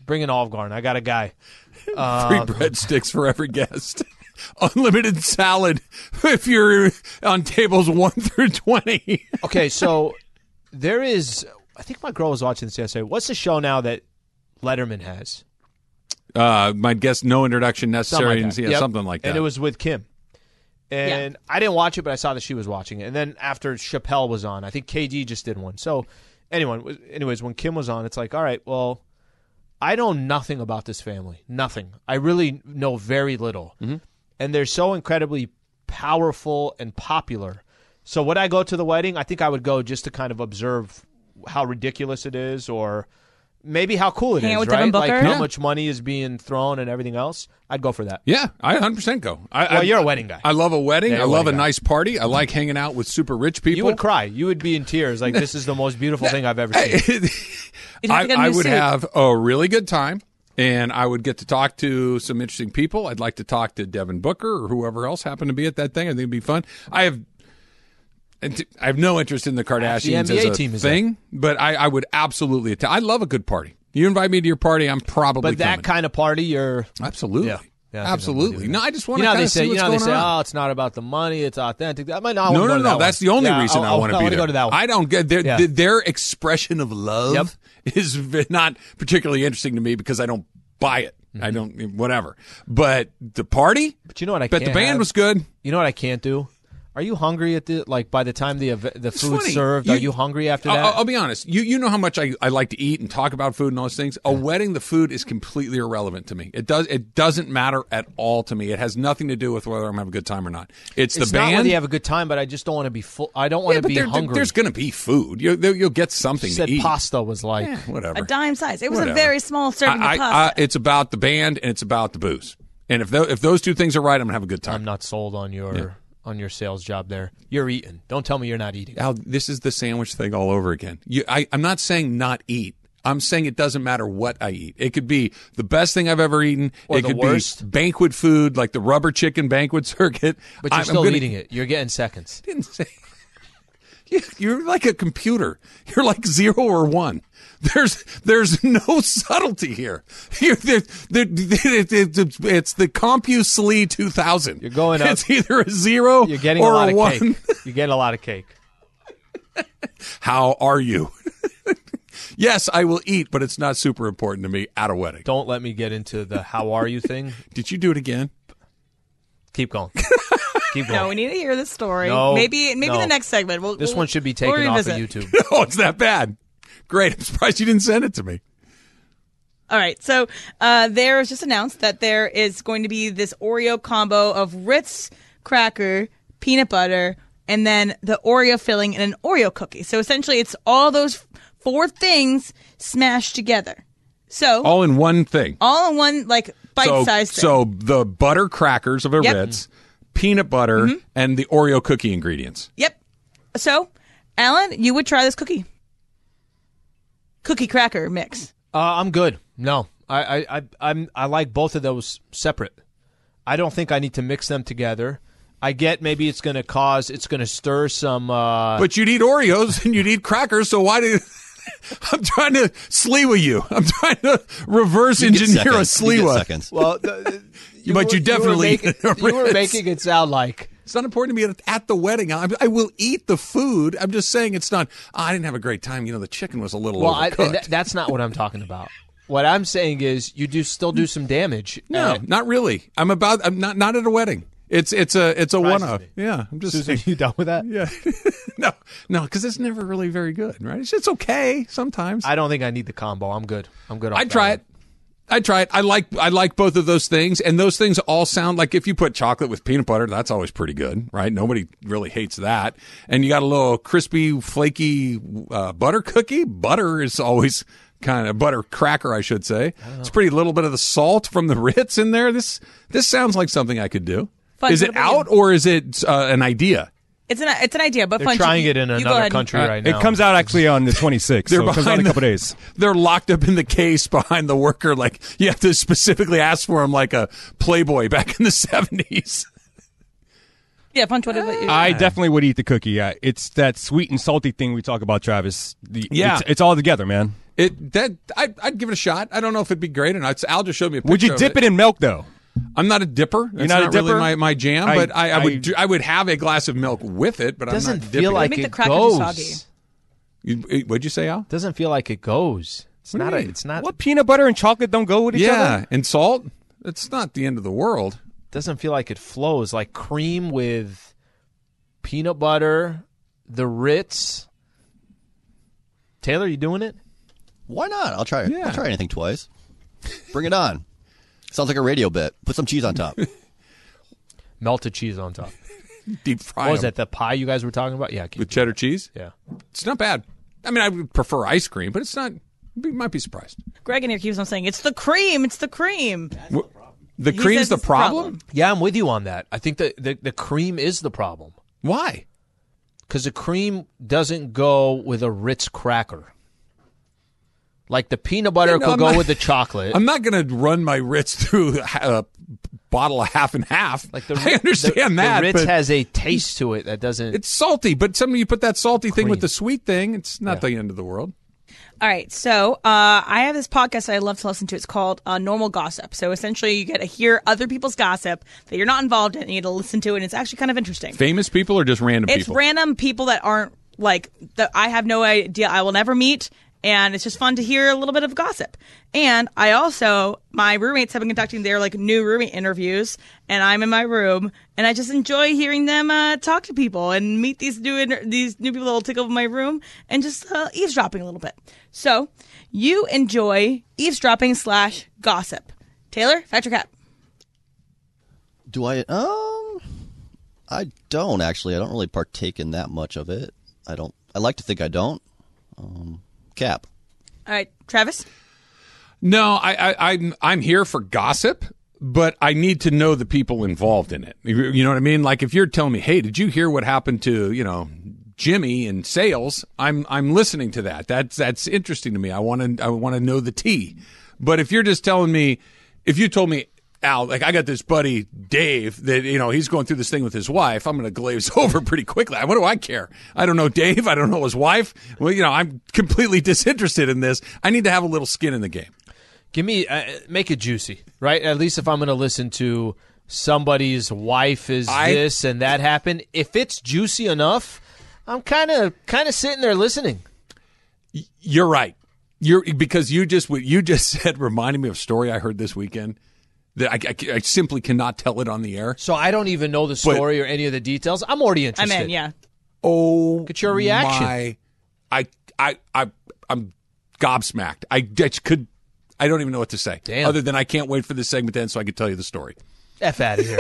B: Bring an Olive Garden. I got a guy.
C: Three
B: Uh,
C: breadsticks for every guest. Unlimited salad if you're on tables one through twenty.
B: Okay, so there is. I think my girl was watching this yesterday. What's the show now that Letterman has?
C: Uh, my guess, no introduction
B: Something
C: necessary,
B: like
C: and
B: that.
C: yeah,
B: Yep.
C: something like that.
B: And it was with Kim. And I didn't watch it, but I saw that she was watching it. And then after Chappelle was on, I think KD just did one. So, anyone, anyways, when Kim was on, it's like, all right, well, I know nothing about this family, nothing. I really know very little,
C: Mm-hmm.
B: and they're so incredibly powerful and popular. So, would I go to the wedding? I think I would go just to kind of observe how ridiculous it is, or maybe how cool it is,
D: Hang out with
B: right?
D: Devin
B: Like
D: Booker?
B: how
D: Yeah.
B: much money is being thrown and everything else. I'd go for that.
C: Yeah, I 100% go. I,
B: Well,
C: I-
B: you're a wedding guy.
C: I love a wedding.
B: Yeah,
C: I
B: you're a
C: love a
B: wedding guy.
C: nice party. I like hanging out with super rich people.
B: You would cry. You would be in tears. Like this is the most beautiful thing I've ever seen.
D: You'd have
C: I,
D: to get a
C: I
D: new
C: would
D: suit.
C: have a really good time, and I would get to talk to some interesting people. I'd like to talk to Devin Booker or whoever else happened to be at that thing. I think it'd be fun. I have. and t- I have no interest in the Kardashians
B: The
C: as a
B: NBA team is
C: thing, but I, I would absolutely. Att- I love a good party. You invite me to your party, I'm probably
B: But that
C: coming.
B: kind of party, you're.
C: absolutely,
B: Yeah. Yeah, I think I'm with you
C: absolutely.
B: there.
C: No, I just want
B: You know
C: to
B: how they
C: see
B: say. You
C: what's
B: know how they
C: going
B: say.
C: on.
B: Oh, it's not about the money. It's authentic. I might not.
C: No, no,
B: go
C: no.
B: to that
C: That's
B: one.
C: the only
B: Yeah,
C: reason
B: I'll-
C: I want to
B: I'll-
C: be
B: I
C: there.
B: go to that one.
C: I don't get their
B: Yeah.
C: th- their expression of love
B: Yep.
C: is v- not particularly interesting to me because I don't buy it. I don't whatever. But the party,
B: Mm-hmm. But you know what? I
C: but the
B: can't
C: band
B: have?
C: was good.
B: You know what I can't do? Are you hungry at the like by the time the ev- the
C: It's
B: food's
C: funny. uh,
B: served? are you hungry after
C: I'll-
B: that?
C: I'll, I'll be honest. You you know how much I, I like to eat and talk about food and all those things. A wedding, the food is completely irrelevant to me. It does it doesn't matter at all to me. It has nothing to do with whether I'm having a good time or not. It's,
B: it's
C: the band.
B: not whether you have a good time, but I just don't want to be full. I don't want
C: yeah,
B: to
C: but
B: be
C: there-
B: hungry.
C: there's going to be food. You, you'll get something
B: said
C: to eat.
B: pasta was like.
C: Yeah, whatever.
D: a dime size. It was
C: Whatever.
D: a very small
C: I-
D: serving of
C: I- I-
D: pasta.
C: it's about the band and it's about the booze. And if tho- if those two things are right, I'm gonna have a good
B: I'm
C: time.
B: not sold on your on your sales job there. You're eating. Don't tell me you're not eating.
C: Al, this is the sandwich thing all over again. You, I, I'm not saying not eat. I'm saying it doesn't matter what I eat. It could be the best thing I've ever eaten.
B: Or
C: it
B: the
C: could be
B: worst.
C: banquet food, like the rubber chicken banquet circuit.
B: But you're
C: I'm- I'm
B: still
C: gonna-
B: eating it. You're getting seconds.
C: didn't say. You- You're like a computer. You're like zero or one. There's there's no subtlety here. You're, there, there, it- it- it's- it's the CompuSlee 2000.
B: You're going up.
C: It's either a zero
B: You're getting
C: or
B: a lot of
C: one.
B: cake. You're getting a lot of cake.
C: How are you? yes, I will eat, but it's not super important to me at a wedding.
B: Don't let me get into the how are you thing.
C: Did you do it again?
B: Keep going. Keep going.
D: no, we need to hear this story.
B: No,
D: maybe maybe
B: no.
D: the next segment. We'll,
B: this
D: we'll-
B: one should be
D: we'll
B: taken off of
D: revisit.
B: YouTube.
C: No, it's that bad. Great. I'm surprised you didn't send it to me.
D: All right. So uh, there was just announced that there is going to be this Oreo combo of Ritz cracker, peanut butter, and then the Oreo filling in an Oreo cookie. So essentially, it's all those four things smashed together. So
B: Oh.
D: all,
C: All in one thing.
D: in one like bite sized thing.
C: so the butter crackers of a
D: Yep.
C: Ritz, peanut butter,
B: Mm-hmm.
C: and the Oreo cookie ingredients.
D: Yep. So, Alan, you would try this cookie. Cookie cracker mix.
B: Uh, I'm good. No, I, I, I, I'm, I like both of those separate. I don't think I need to mix them together. I get maybe it's going to cause, it's going to stir some. Uh,
C: But you'd eat Oreos and you'd eat crackers, so why do you? I'm trying to sleewa you. I'm trying to reverse
F: You get
C: engineer a
F: seconds. You get
C: sleewa.
F: seconds.
B: well, the, you
C: But you definitely
B: you were, making, you were
C: Ritz.
B: making it sound like
C: It's not important to me at- at the wedding. I, I will eat the food. I'm just saying it's not. "Oh, I didn't have a great time. You know, the chicken was a little
B: well, I,
C: overcooked.
B: and that- that's not what I'm talking about. What I'm saying is, you do still do some damage.
C: no,
B: Uh,
C: not really. I'm about. I'm not not at a wedding. It's it's a it's a one off. Yeah, I'm just
B: Susan, you done with that?
C: yeah. no, no, because it's never really very good, right? It's, it's okay sometimes.
B: I don't think I need the combo. I'm good. I'm good. off
C: I'd
B: that
C: try
B: one.
C: it. I'd try it. I like I like both of those things, and those things all sound like if you put chocolate with peanut butter, that's always pretty good, right? Nobody really hates that. And you got a little crispy, flaky uh, butter cookie. Butter is always kind of butter cracker, I should say. It's pretty little bit of the salt from the Ritz in there. This this sounds like something I could do.
D: Fun
C: is
D: to
C: it
D: the brain.
C: out or is it uh, an idea?
D: It's an it's an idea, but
B: They're
D: fun.
B: trying
D: You-
B: it in
D: you go
B: another
D: ahead.
B: country right now.
G: It comes out actually on the 26th. so it comes out in a couple
C: the-
G: days.
C: They're locked up in the case behind the worker. Like you have to specifically ask for them, like a Playboy back in the seventies.
D: Yeah, punch whatever.
E: Ah.
D: you-
G: I definitely would eat the cookie. Uh, it's that sweet and salty thing we talk about, Travis. The,
C: Yeah.
G: it's, it's all together, man.
C: It that I, I'd give it a shot. I don't know if it'd be great or not. Al just showed me a picture.
G: Would you
C: of
G: dip it in milk though?
C: I'm not a dipper. It's
G: not a
C: really
G: dipper?
C: my, my jam.
G: I-
C: but I, I would
G: I-
C: do, I would have a glass of milk with it. But I'm
B: Doesn't
C: not
B: feel
C: dipping
B: like
D: Make
B: it
D: the crackers
B: goes.
D: soggy.
C: it. You- eh, What'd you say, Al?
B: Doesn't feel like it goes. It's
C: do
B: not.
C: you
B: A,
C: mean?
B: it's not.
G: What peanut butter and chocolate don't go with each
C: Yeah,
G: other?
C: and salt. It's not the end of the world.
B: doesn't feel like it flows like cream with peanut butter, the Ritz. Taylor, you doing it?
F: Why not? I'll try it.
C: Yeah.
F: I'll try anything twice. Bring it on. Sounds like a radio bit. Put some cheese on top.
B: Melted cheese on top.
C: Deep fry.
B: What was
C: 'em
B: that? The pie you guys were talking about? Yeah, I can't-
C: with cheddar cheese?
B: yeah.
C: It's not bad. I mean, I would prefer ice cream, but it's not. You might be surprised.
D: Greg in here keeps on saying it's the cream. It's the cream.
C: The
D: He
C: cream's
D: says
C: the
D: it's the problem.
C: problem?
B: Yeah, I'm with you on that. I think that the, the cream is the problem
C: Why?
B: because the cream doesn't go with a Ritz cracker. Like the peanut butter
C: Yeah, no,
B: could
C: I'm
B: go
C: not-
B: with the chocolate.
C: I'm not going to run my Ritz through a bottle of half and half. Like
B: the,
C: I understand
B: the,
C: that.
B: The Ritz
C: but
B: has a taste to it that doesn't.
C: it's salty, but sometimes you put that salty thing with the sweet thing. It's not the end of the world.
D: All right, so uh, I have this podcast that I love to listen to. It's called uh, Normal Gossip. So essentially, you get to hear other people's gossip that you're not involved in, and you get to listen to it. And it's actually kind of interesting.
C: Famous people or just random
D: It's
C: people?
D: random people that aren't like that. I have no idea. I will never meet, and it's just fun to hear a little bit of gossip. And I also, my roommates have been conducting their like new roommate interviews, and I'm in my room, and I just enjoy hearing them uh, talk to people and meet these new inter- these new people that will take over my room and just uh, eavesdropping a little bit. So you enjoy eavesdropping slash gossip. Taylor, fetch your cap.
F: Do I? Um, I don't actually. I don't really partake in that much of it. I don't. I like to think I don't. Um, cap.
D: All right, Travis.
C: No, I, I, I'm I'm here for gossip, but I need to know the people involved in it. You you know what I mean? Like if you're telling me, "Hey, did you hear what happened to you know Jimmy in sales?" I'm I'm listening to that. That's that's interesting to me. I want to I want to know the tea. But if you're just telling me, if you told me. Al, like I got this buddy Dave that you know he's going through this thing with his wife. I'm going to glaze over pretty quickly. What do I care? I don't know Dave. I don't know his wife. Well, you know I'm completely disinterested in this. I need to have a little skin in the game.
B: Give me uh, make it juicy, right? At least if I'm going to listen to somebody's wife is
C: I-
B: this and that happened. If it's juicy enough, I'm kind of kind of sitting there listening.
C: You're right. You're because you just what you just said reminded me of a story I heard this weekend that I, I, I simply cannot tell it on the air.
B: So I don't even know the story or any of the details. I'm already
D: I'm
B: interested.
D: in. Yeah.
C: Oh,
B: at your reaction.
C: my- I I I I'm gobsmacked. I just could. I don't even know what to say.
B: Damn.
C: Other than I can't wait for this segment to end so I can tell you the story.
B: F out of here.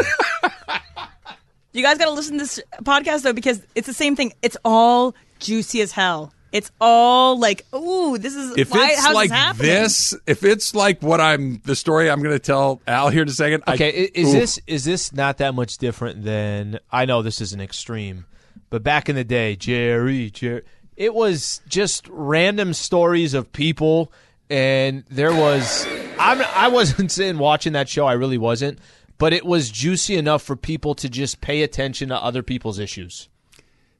D: You guys got to listen to this podcast though because it's the same thing. It's all juicy as hell. It's all like, ooh, this is
C: If
D: why,
C: it's
D: how's
C: like
D: this happening?
C: this, if it's like what I'm the story I'm going to tell Al here in a second. I-
B: Okay, i- is
C: oof.
B: this is this not that much different than I know this is an extreme, but back in the day, Jerry, Jerry, it was just random stories of people, and there was I'm I wasn't sitting watching that show, I really wasn't, but it was juicy enough for people to just pay attention to other people's issues.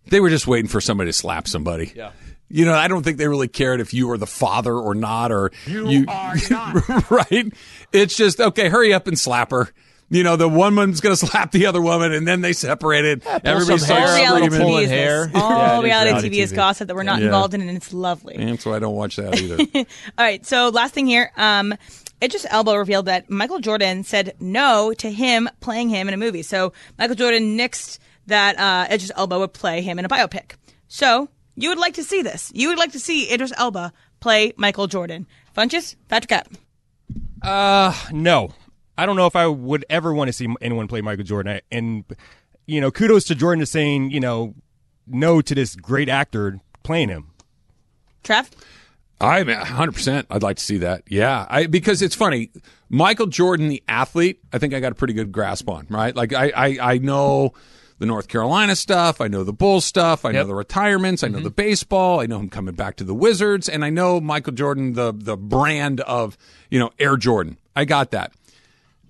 C: They were just waiting for somebody to slap somebody. Yeah. You know, I don't think they really cared if you were the father or not, or you, are not. right. It's just okay. Hurry up and slap her. You know, the one woman's going to slap the other woman, and then they separated. Everybody's
B: some hair Hair
D: all reality
B: argument.
D: TV
B: Pulling
D: is
B: hair.
D: this. All
B: Yeah, it is
D: reality,
B: reality
D: TV is
B: TV.
D: gossip that we're not
C: Yeah.
D: involved in, and it's lovely.
C: That's why I don't watch that either.
D: All right. So last thing here, um, Idris Elba revealed that Michael Jordan said no to him playing him in a movie. So Michael Jordan nixed that uh, Idris Elba would play him in a biopic. So you would like to see this. You would like to see Idris Elba play Michael Jordan. Funches, Patrick App.
G: No, I don't know if I would ever want to see anyone play Michael Jordan. I, and you know, kudos to Jordan for saying you know no to this great actor playing him.
D: Trav?
C: I'm 100. percent I'd like to see that. Yeah, I, because it's funny. Michael Jordan, the athlete, I think I got a pretty good grasp on. Right, like I, I, I know the North Carolina stuff. I know the Bulls stuff. I know the retirements. I know the baseball. I know him coming back to the Wizards, and I know Michael Jordan, the the brand of you know Air Jordan. I got that.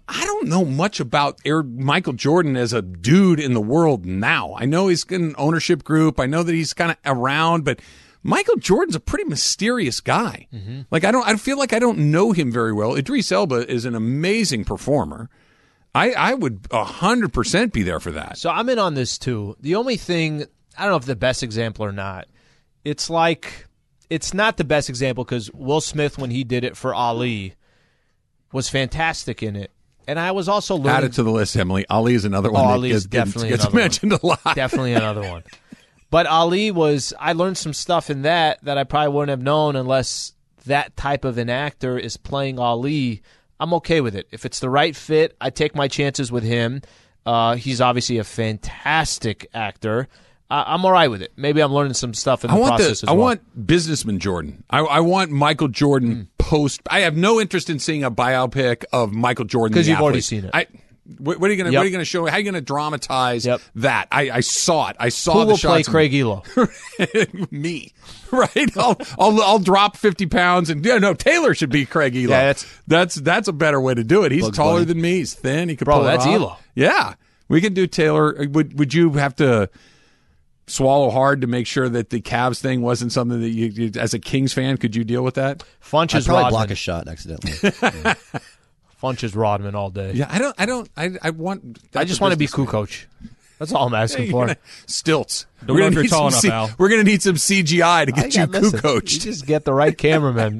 C: I don't know much about Air Michael Jordan as a dude in the world now. I know he's in an ownership group. I know that he's kind of around, but Michael Jordan's a pretty mysterious guy.
B: Mm-hmm.
C: Like I don't, I feel like I don't know him very well. Idris Elba is an amazing performer. I, I would hundred percent be there for that.
B: So I'm in on this too. The only thing I don't know if the best example or not. It's like it's not the best example because Will Smith when he did it for Ali was fantastic in it, and I was also
C: Add
B: learning
C: it to the list, Emily. Ali is another one. that
B: Oh, Ali is
C: gets- gets-
B: definitely
C: gets
B: another one.
C: mentioned a lot.
B: definitely another one. But Ali was I learned some stuff in that that I probably wouldn't have known unless that type of an actor is playing Ali. I'm okay with it. If it's the right fit, I take my chances with him. Uh, he's obviously a fantastic actor. I, I'm all right with it. Maybe I'm learning some stuff in the
C: I want
B: process
C: the,
B: as
C: I
B: well. Hmm.
C: want businessman Jordan. I, I want Michael Jordan post. I have no interest in seeing a biopic of Michael Jordan
B: 'Cause
C: the
B: you've already
C: athlete.
B: seen it.
C: I, what, what are you going to
B: Yep.
C: What are you going to show? How are you going to dramatize
B: Yep.
C: that? I, I saw it. I saw
B: Who
C: the
B: will play
C: shots of-
B: Craig Elo?
C: me, right? I'll, I'll I'll drop fifty pounds and yeah, no, Taylor should be Craig Elo.
B: Yeah, that's-
C: that's that's a better way to do it. He's taller
F: Bunny.
C: than me. He's thin. He could
B: Bro,
C: pull it
B: that's
C: off.
B: Elo.
C: Yeah, we could do Taylor. Would would you have to? Swallow hard to make sure that the Cavs thing wasn't something that you, you as a Kings fan, could you deal with that?
B: Funch
F: I'd
B: is
F: probably
B: Rodman.
F: block a shot accidentally.
B: Funch is Rodman all day.
C: Yeah, I don't, I don't, I, I want.
B: I just want to be Kukoc. That's all I'm asking
C: You're
B: for.
C: gonna- stilts.
G: Don't know if you're
C: need
G: tall
C: some
G: enough,
C: C-
G: Al.
C: We're gonna need some CGI to
B: I
C: get you
B: got- listen, You
C: Kukoc.
B: just get the right cameraman.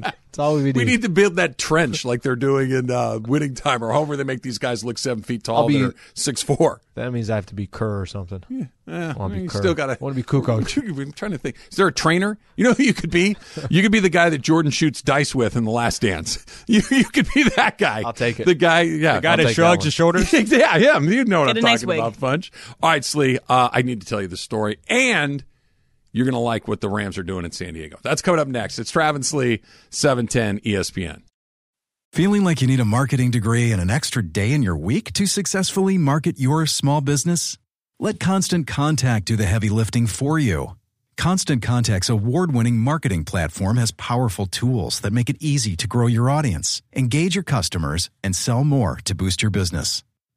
B: That's all we need.
C: We need to build that trench like they're doing in uh, Winning Time or however they make these guys look seven feet tall.
B: I'll be-
C: they're six four.
B: that means I have to be Kerr or something.
C: Yeah,
B: Wanna be
C: you
B: Kerr.
C: still gotta
B: Wanna be Kukoc.
C: I'm trying to think. Is there a trainer? You know who you could be? You could be the guy that Jordan shoots dice with in The Last Dance. You, you could be that guy.
B: I'll take it.
C: The guy, yeah.
G: Got
B: I'll
G: it.
B: take that
G: Shrugs
B: one.
G: his shoulders.
C: yeah, yeah. You know what I'm
D: Get a nice
C: talking
D: wig.
C: about, Funch. All right, Slee, uh, I need to tell you the story. And you're going to like what the Rams are doing in San Diego. That's coming up next. It's Travis Slee, E 710 ESPN.
E: Feeling like you need a marketing degree and an extra day in your week to successfully market your small business? Let Constant Contact do the heavy lifting for you. Constant Contact's award winning marketing platform has powerful tools that make it easy to grow your audience, engage your customers, and sell more to boost your business.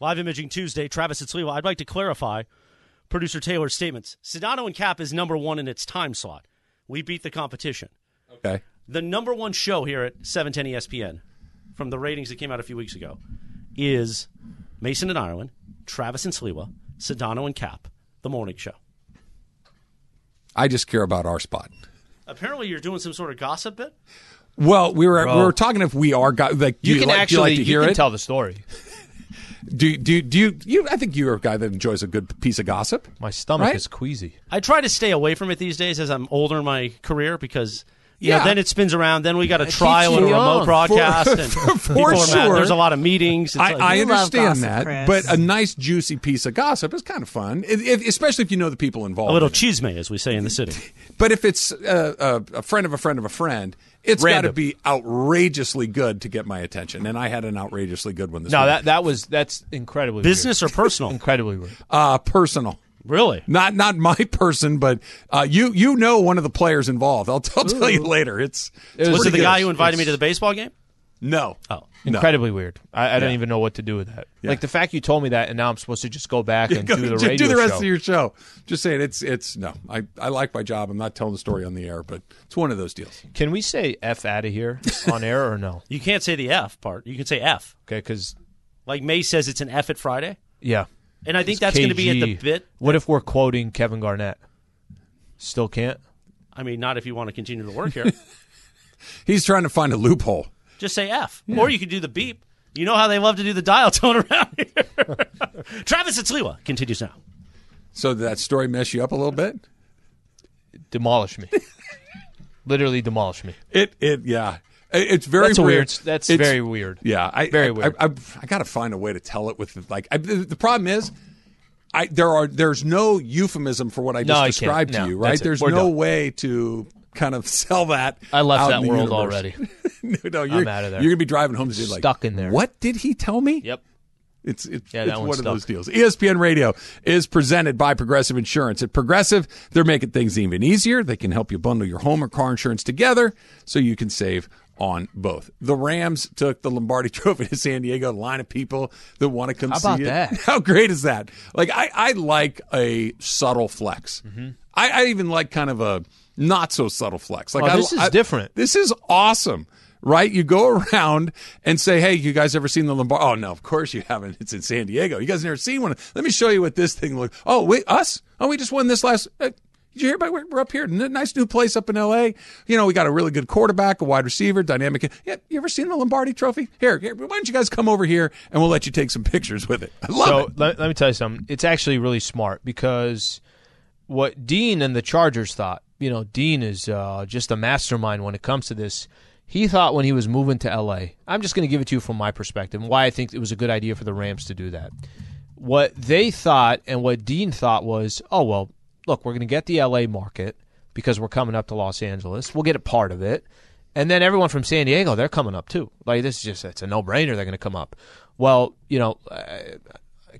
A: Live Imaging Tuesday, Travis and Sliwa. I'd like to clarify producer Taylor's statements. Sedano and Cap is number one in its time slot. We beat the competition.
C: Okay.
A: The number one show here at E 710 ESPN from the ratings that came out a few weeks ago is Mason and Ireland, Travis and Sliwa, Sedano and Cap, the morning show.
C: I just care about our spot.
A: Apparently, you're doing some sort of gossip bit.
C: Well, we were we
B: Bro.
C: were talking if we are got like do
B: You,
C: you,
B: can
C: like, do you
B: actually
C: like to hear
B: can
C: it.
B: tell the story.
C: do do do you, you I think you're a guy that enjoys a good piece of gossip.
B: My stomach
C: Right?
B: is queasy.
A: I try to stay away from it these days as I'm older in my career because you
C: Yeah.
A: know, then it spins around. Then we got a
B: keeps
A: trial and a
B: you
A: remote
B: young.
A: broadcast, and
C: for
A: people are mad.
C: sure.
A: There's a lot of meetings. It's
C: I,
A: like-
C: I
D: We love
C: understand
D: gossip,
C: that,
D: Chris.
C: but a nice juicy piece of gossip is kind of fun, if, if, especially if you know the people involved.
A: a little
C: in it.
A: chisme, as we say in the city.
C: But if it's uh, a, a friend of a friend of a friend, it's got to
B: Random.
C: be outrageously good to get my attention. And I had an outrageously good one this
B: No,
C: week.
B: that that was that's incredibly
A: Business or
B: weird.
A: personal?
B: incredibly weird.
C: uh, personal.
A: really?
C: Not not my person, but uh, you you know one of the players involved. I'll, I'll tell you later. It's,
A: Was
C: it's
B: was
A: it
C: pretty
A: the
C: good.
A: guy who invited me
C: It's-
A: to the baseball game?
C: No.
A: Oh.
C: No.
B: Incredibly weird. I, I don't even know what to do with that. Like the fact you told me that, and now I'm supposed to just go back and
C: Go-
B: do the
C: just
B: radio
C: do the rest
B: show.
C: of your show. Just saying, it's it's no. I, I like my job. I'm not telling the story on the air, but it's one of those deals.
B: Can we say f out of here on air or no?
A: You can't say the F part. You can say F.
B: Okay, because
A: Like May says, it's an F at Friday,
B: yeah,
A: and I think that's going to be at the
B: KG.
A: bit.
B: What if we're quoting Kevin Garnett? Still can't.
A: I mean, not if you want to continue to work here.
C: He's trying to find a loophole.
A: Just say F, or you could do the beep. You know how they love to do the dial tone around here. Travis Atsliwa continues now.
C: So did that story mess you up a little bit?
B: Demolish me. Literally demolish me.
C: It it yeah. It- it's very
B: That's a weird. That's
C: it's-
B: very weird.
C: Yeah, I
B: Very
C: I,
B: weird.
C: I, I, I got to find a way to tell it with like I, the, the problem is. I, there are there's no euphemism for what I just
B: No, I can't.
C: described to
B: No,
C: you, right?
B: that's it.
C: There's
B: We're
C: no
B: done.
C: way to kind of sell that.
B: I left
C: out
B: that
C: in the
B: world
C: universe.
B: already.
C: no, no, you're
B: outta there.
C: You're gonna be driving home to be like
B: Stuck in there.
C: What did he tell me?
B: Yep.
C: It's it's,
B: Yeah, that
C: it's
B: one
C: one of
B: stuck.
C: those deals. E ESPN Radio is presented by Progressive Insurance. At Progressive, they're making things even easier. They can help you bundle your home or car insurance together so you can save on both. The Rams took the Lombardi Trophy to San Diego. A line of people that want to come
B: How
C: see
B: about
C: it.
B: that?
C: How great is that? Like I, I like a subtle flex.
B: Mm-hmm.
C: I, I even like kind of a not so subtle flex. Like
B: Oh,
C: I-
B: this is
C: I-
B: different.
C: this is awesome, right? You go around and say, "Hey, you guys ever seen the Lombardi?" Oh no, of course you haven't. It's in San Diego. You guys never seen one. Let me show you what this thing looks. Oh wait, us? Oh, we just won this last. Uh, did you hear about? We're, we're up here, N- nice new place up in L.A. You know, we got a really good quarterback, a wide receiver, dynamic. Yeah, you ever seen the Lombardi Trophy? Here, here, why don't you guys come over here and we'll let you take some pictures with it. I love
B: so
C: it.
B: Let, let me tell you something. It's actually really smart because what Dean and the Chargers thought, you know, Dean is uh, just a mastermind when it comes to this. He thought when he was moving to LA, I'm just going to give it to you from my perspective and why I think it was a good idea for the Rams to do that. What they thought and what Dean thought was, oh, well, look, we're going to get the LA market because we're coming up to Los Angeles. We'll get a part of it. And then everyone from San Diego, they're coming up too. Like, this is just, it's a no brainer. They're going to come up. Well, you know, I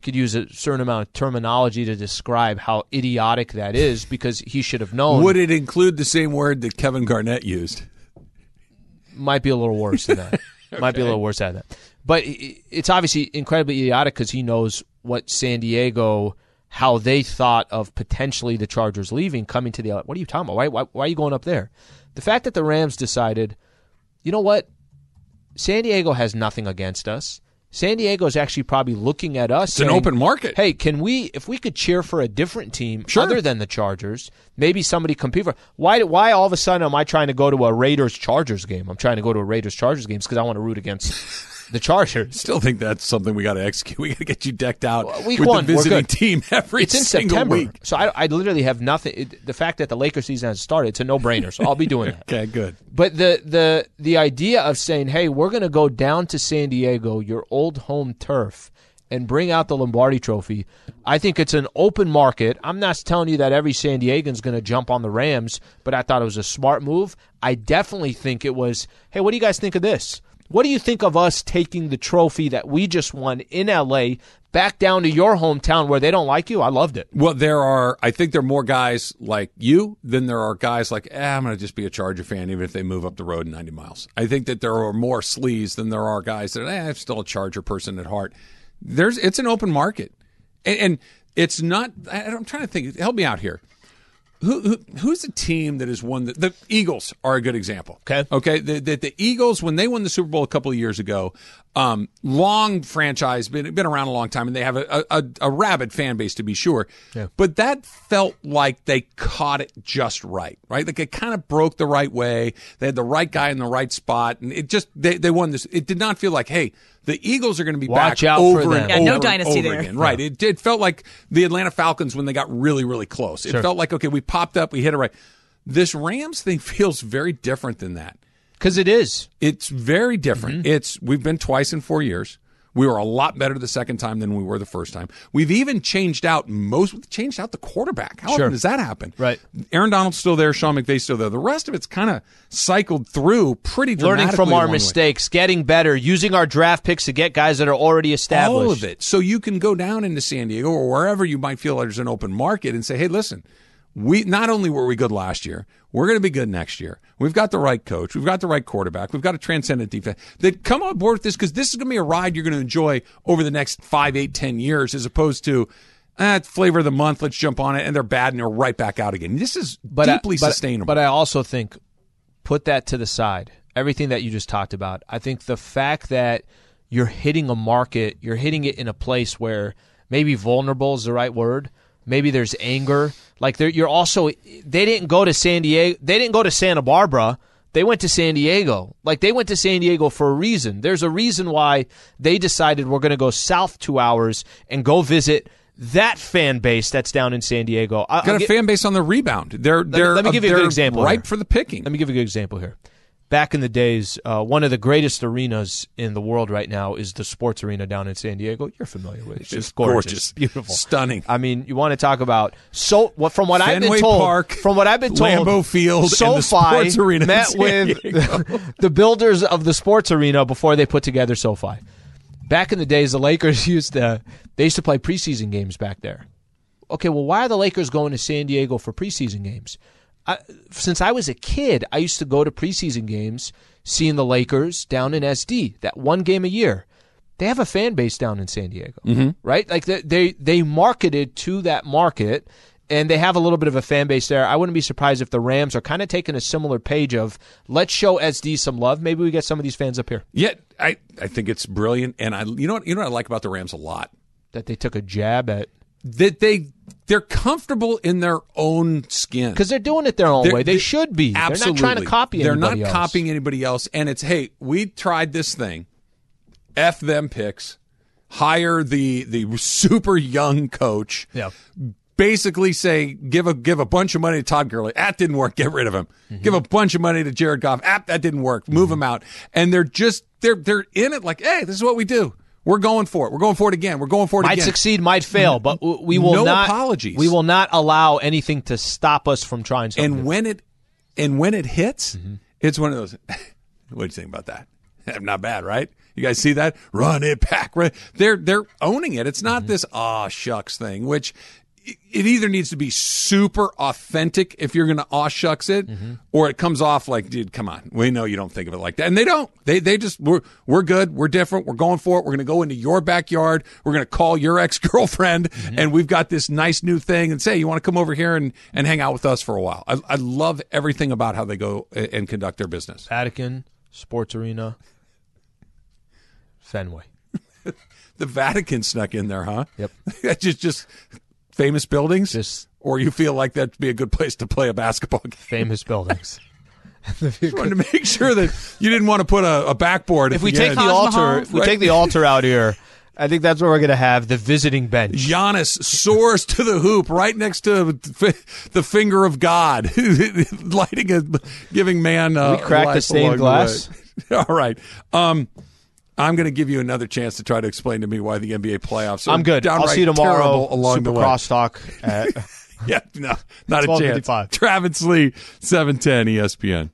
B: could use a certain amount of terminology to describe how idiotic that is because he should have known.
C: Would it include the same word that Kevin Garnett used?
B: might be a little worse than that. Might be a little worse than that. But i- i- it's obviously incredibly idiotic because he knows what San Diego, how they thought of potentially the Chargers leaving, coming to the. What are you talking about? Why, why, why are you going up there? The fact that the Rams decided, you know what, San Diego has nothing against us. San Diego is actually probably looking at us.
C: It's an open market.
B: Hey, can we if we could cheer for a different team
C: Sure.
B: other than the Chargers? Maybe somebody compete for. Why? Why all of a sudden am I trying to go to a Raiders Chargers game? I'm trying to go to a Raiders Chargers game because I want to root against the Chargers.
C: Still think that's something we got to execute. We got to get you decked out
B: week
C: with
B: one,
C: the
B: we're
C: visiting
B: good.
C: team every
B: It's in
C: single
B: September,
C: week.
B: so I, I literally have nothing. It, the fact that the Lakers season has started, it's a no brainer. So I'll be doing that.
C: Okay, good.
B: But the the the idea of saying, "Hey, we're going to go down to San Diego, your old home turf, and bring out the Lombardi Trophy," I think it's an open market. I'm not telling you that every San Diegan's going to jump on the Rams, but I thought it was a smart move. I definitely think it was. Hey, what do you guys think of this? What do you think of us taking the trophy that we just won in LA back down to your hometown where they don't like you? I loved it.
C: Well, there are. I think there are more guys like you than there are guys like. Eh, I'm going to just be a Charger fan, even if they move up the road 90 miles. I think that there are more sleaze than there are guys that. Eh, I'm still a Charger person at heart. There's. It's an open market, and, and it's not. I, I'm trying to think. Help me out here. Who, who who's the team that has won the, the Eagles are a good example.
B: Okay.
C: Okay. The, the the Eagles when they won the Super Bowl a couple of years ago, um, long franchise been been around a long time and they have a a, a rabid fan base to be sure. But that felt like they caught it just right, right? Like it kind of broke the right way. They had the right guy in the right spot, and it just they they won this. It did not feel like hey. The Eagles are going to be
B: Watch
C: back
B: out for
C: over and
B: them.
D: Yeah,
C: over
D: no
C: and
D: dynasty
C: over
D: there.
C: again. Right. It, it felt like the Atlanta Falcons when they got really, really close. It felt like, okay, we popped up, we hit it right. This Rams thing feels very different than that.
B: Because it is.
C: It's very different.
B: Mm-hmm.
C: It's we've been twice in four years. We were a lot better the second time than we were the first time. We've even changed out most. We changed out the quarterback. How often does that happen?
B: Right.
C: Aaron Donald's still there. Sean McVay's still there. The rest of it's kind of cycled through pretty.
B: learning from
C: dramatically
B: our
C: along the way.
B: mistakes, getting better, using our draft picks to get guys that are already established.
C: All of it. So you can go down into San Diego or wherever you might feel there's an open market and say, hey, listen, we not only were we good last year, we're going to be good next year. We've got the right coach. We've got the right quarterback. We've got a transcendent defense. That come on board with this because this is going to be a ride you're going to enjoy over the next five, eight, ten years, as opposed to ah, it's flavor of the month. Let's jump on it, and they're bad, and they're right back out again. This is
B: I-
C: deeply sustainable.
B: But uh, I also think put that to the side. Everything that you just talked about. I think the fact that you're hitting a market, you're hitting it in a place where maybe vulnerable is the right word. Maybe there's anger. Like there- you're also they didn't go to San Diego. They didn't go to Santa Barbara. They went to San Diego. Like they went to San Diego for a reason. There's a reason why they decided we're going to go south two hours and go visit that fan base that's down in San Diego. I, I'll
C: got a
B: get-
C: fan base on the rebound. They're they're
B: let me give you a good
C: they're
B: example
C: ripe
B: here.
C: for the picking.
B: Let me give you a good example here. Back in the days, uh, one of the greatest arenas in the world right now is the sports arena down in San Diego. You're familiar with it. It's just gorgeous,
C: gorgeous.
B: beautiful,
C: Stunning.
B: I mean, you want to talk about so what from what I've
C: Fenway
B: been told,
C: Park,
B: from what I've been told,
C: Lambeau Field, and the
B: SoFi
C: sports arena in
B: met
C: San
B: with
C: Diego.
B: the builders of the sports arena before they put together SoFi. Back in the days, the Lakers used to they used to play preseason games back there. Okay, well, why are the Lakers going to San Diego for preseason games? I, since I was a kid, I used to go to preseason games, seeing the Lakers down in SD that one game a year. They have a fan base down in San Diego,
C: Mm-hmm.
B: right? Like they, they they marketed to that market, and they have a little bit of a fan base there. I wouldn't be surprised if the Rams are kind of taking a similar page of let's show SD some love. Maybe we get some of these fans up here
C: Yet I, I think it's brilliant, and I you know what you know what I like about the Rams a lot
B: that they took a jab at
C: that they they're comfortable in their own skin
B: because they're doing it their own
C: They're-
B: way. They, should be.
C: Absolutely.
B: They're not trying to copy.
C: They're not
B: anybody else.
C: copying anybody else. And it's hey, we tried this thing. F them picks. Hire the the super young coach.
B: Yeah.
C: Basically, say give a give a bunch of money to Todd Gurley. That didn't work. Get rid of him.
B: Mm-hmm.
C: Give a bunch of money to Jared Goff. Ah, that didn't work. Move him out. And they're just they're they're in it like hey, this is what we do. We're going for it. We're going for it again. We're going for it
B: Might
C: again.
B: succeed, might fail, but w- we will
C: No
B: not.
C: apologies.
B: We will not allow anything to stop us from trying something.
C: and
B: new.
C: when it and when it hits,
B: Mm-hmm.
C: it's one of those. what do you think about that? not bad, right? You guys see that? Run it back. Run. They're they're owning it. It's not this ah shucks thing, which i- it either needs to be super authentic if you're going to aw shucks it, or it comes off like, dude, come on, we know you don't think of it like that, and they don't. They they just we're we're good, we're different, we're going for it. We're going to go into your backyard. We're going to call your ex girlfriend, and we've got this nice new thing, and say you want to come over here and and hang out with us for a while. I, I love everything about how they go a- and conduct their business.
B: Vatican Sports Arena, Fenway.
C: The Vatican snuck in there, huh?
B: Yep.
C: That's just just famous buildings.
B: Just-
C: or you feel like that'd be a good place to play a basketball game.
B: Famous buildings.
C: Wanted to make sure that you didn't want to put a, a backboard.
B: if we
C: at
B: take the
C: end.
D: Taj Mahal.
B: altar, if we
C: Right.
B: take the altar out here, I think that's where we're going to have the visiting bench.
C: Giannis soars to the hoop right next to f- the finger of God, lighting a giving man. Uh,
B: We cracked
C: life
B: the stained
C: along the
B: glass.
C: way. All right. Um, I'm going to give you another chance to try to explain to me why the NBA playoffs. Are
B: I'm good. I'll
C: downright
B: see you tomorrow.
C: terrible Along
B: Super
C: the way.
B: crosstalk. At-
C: Yeah, no, not a chance.
B: 12:55.
C: Travis Lee, seven ten, E ESPN.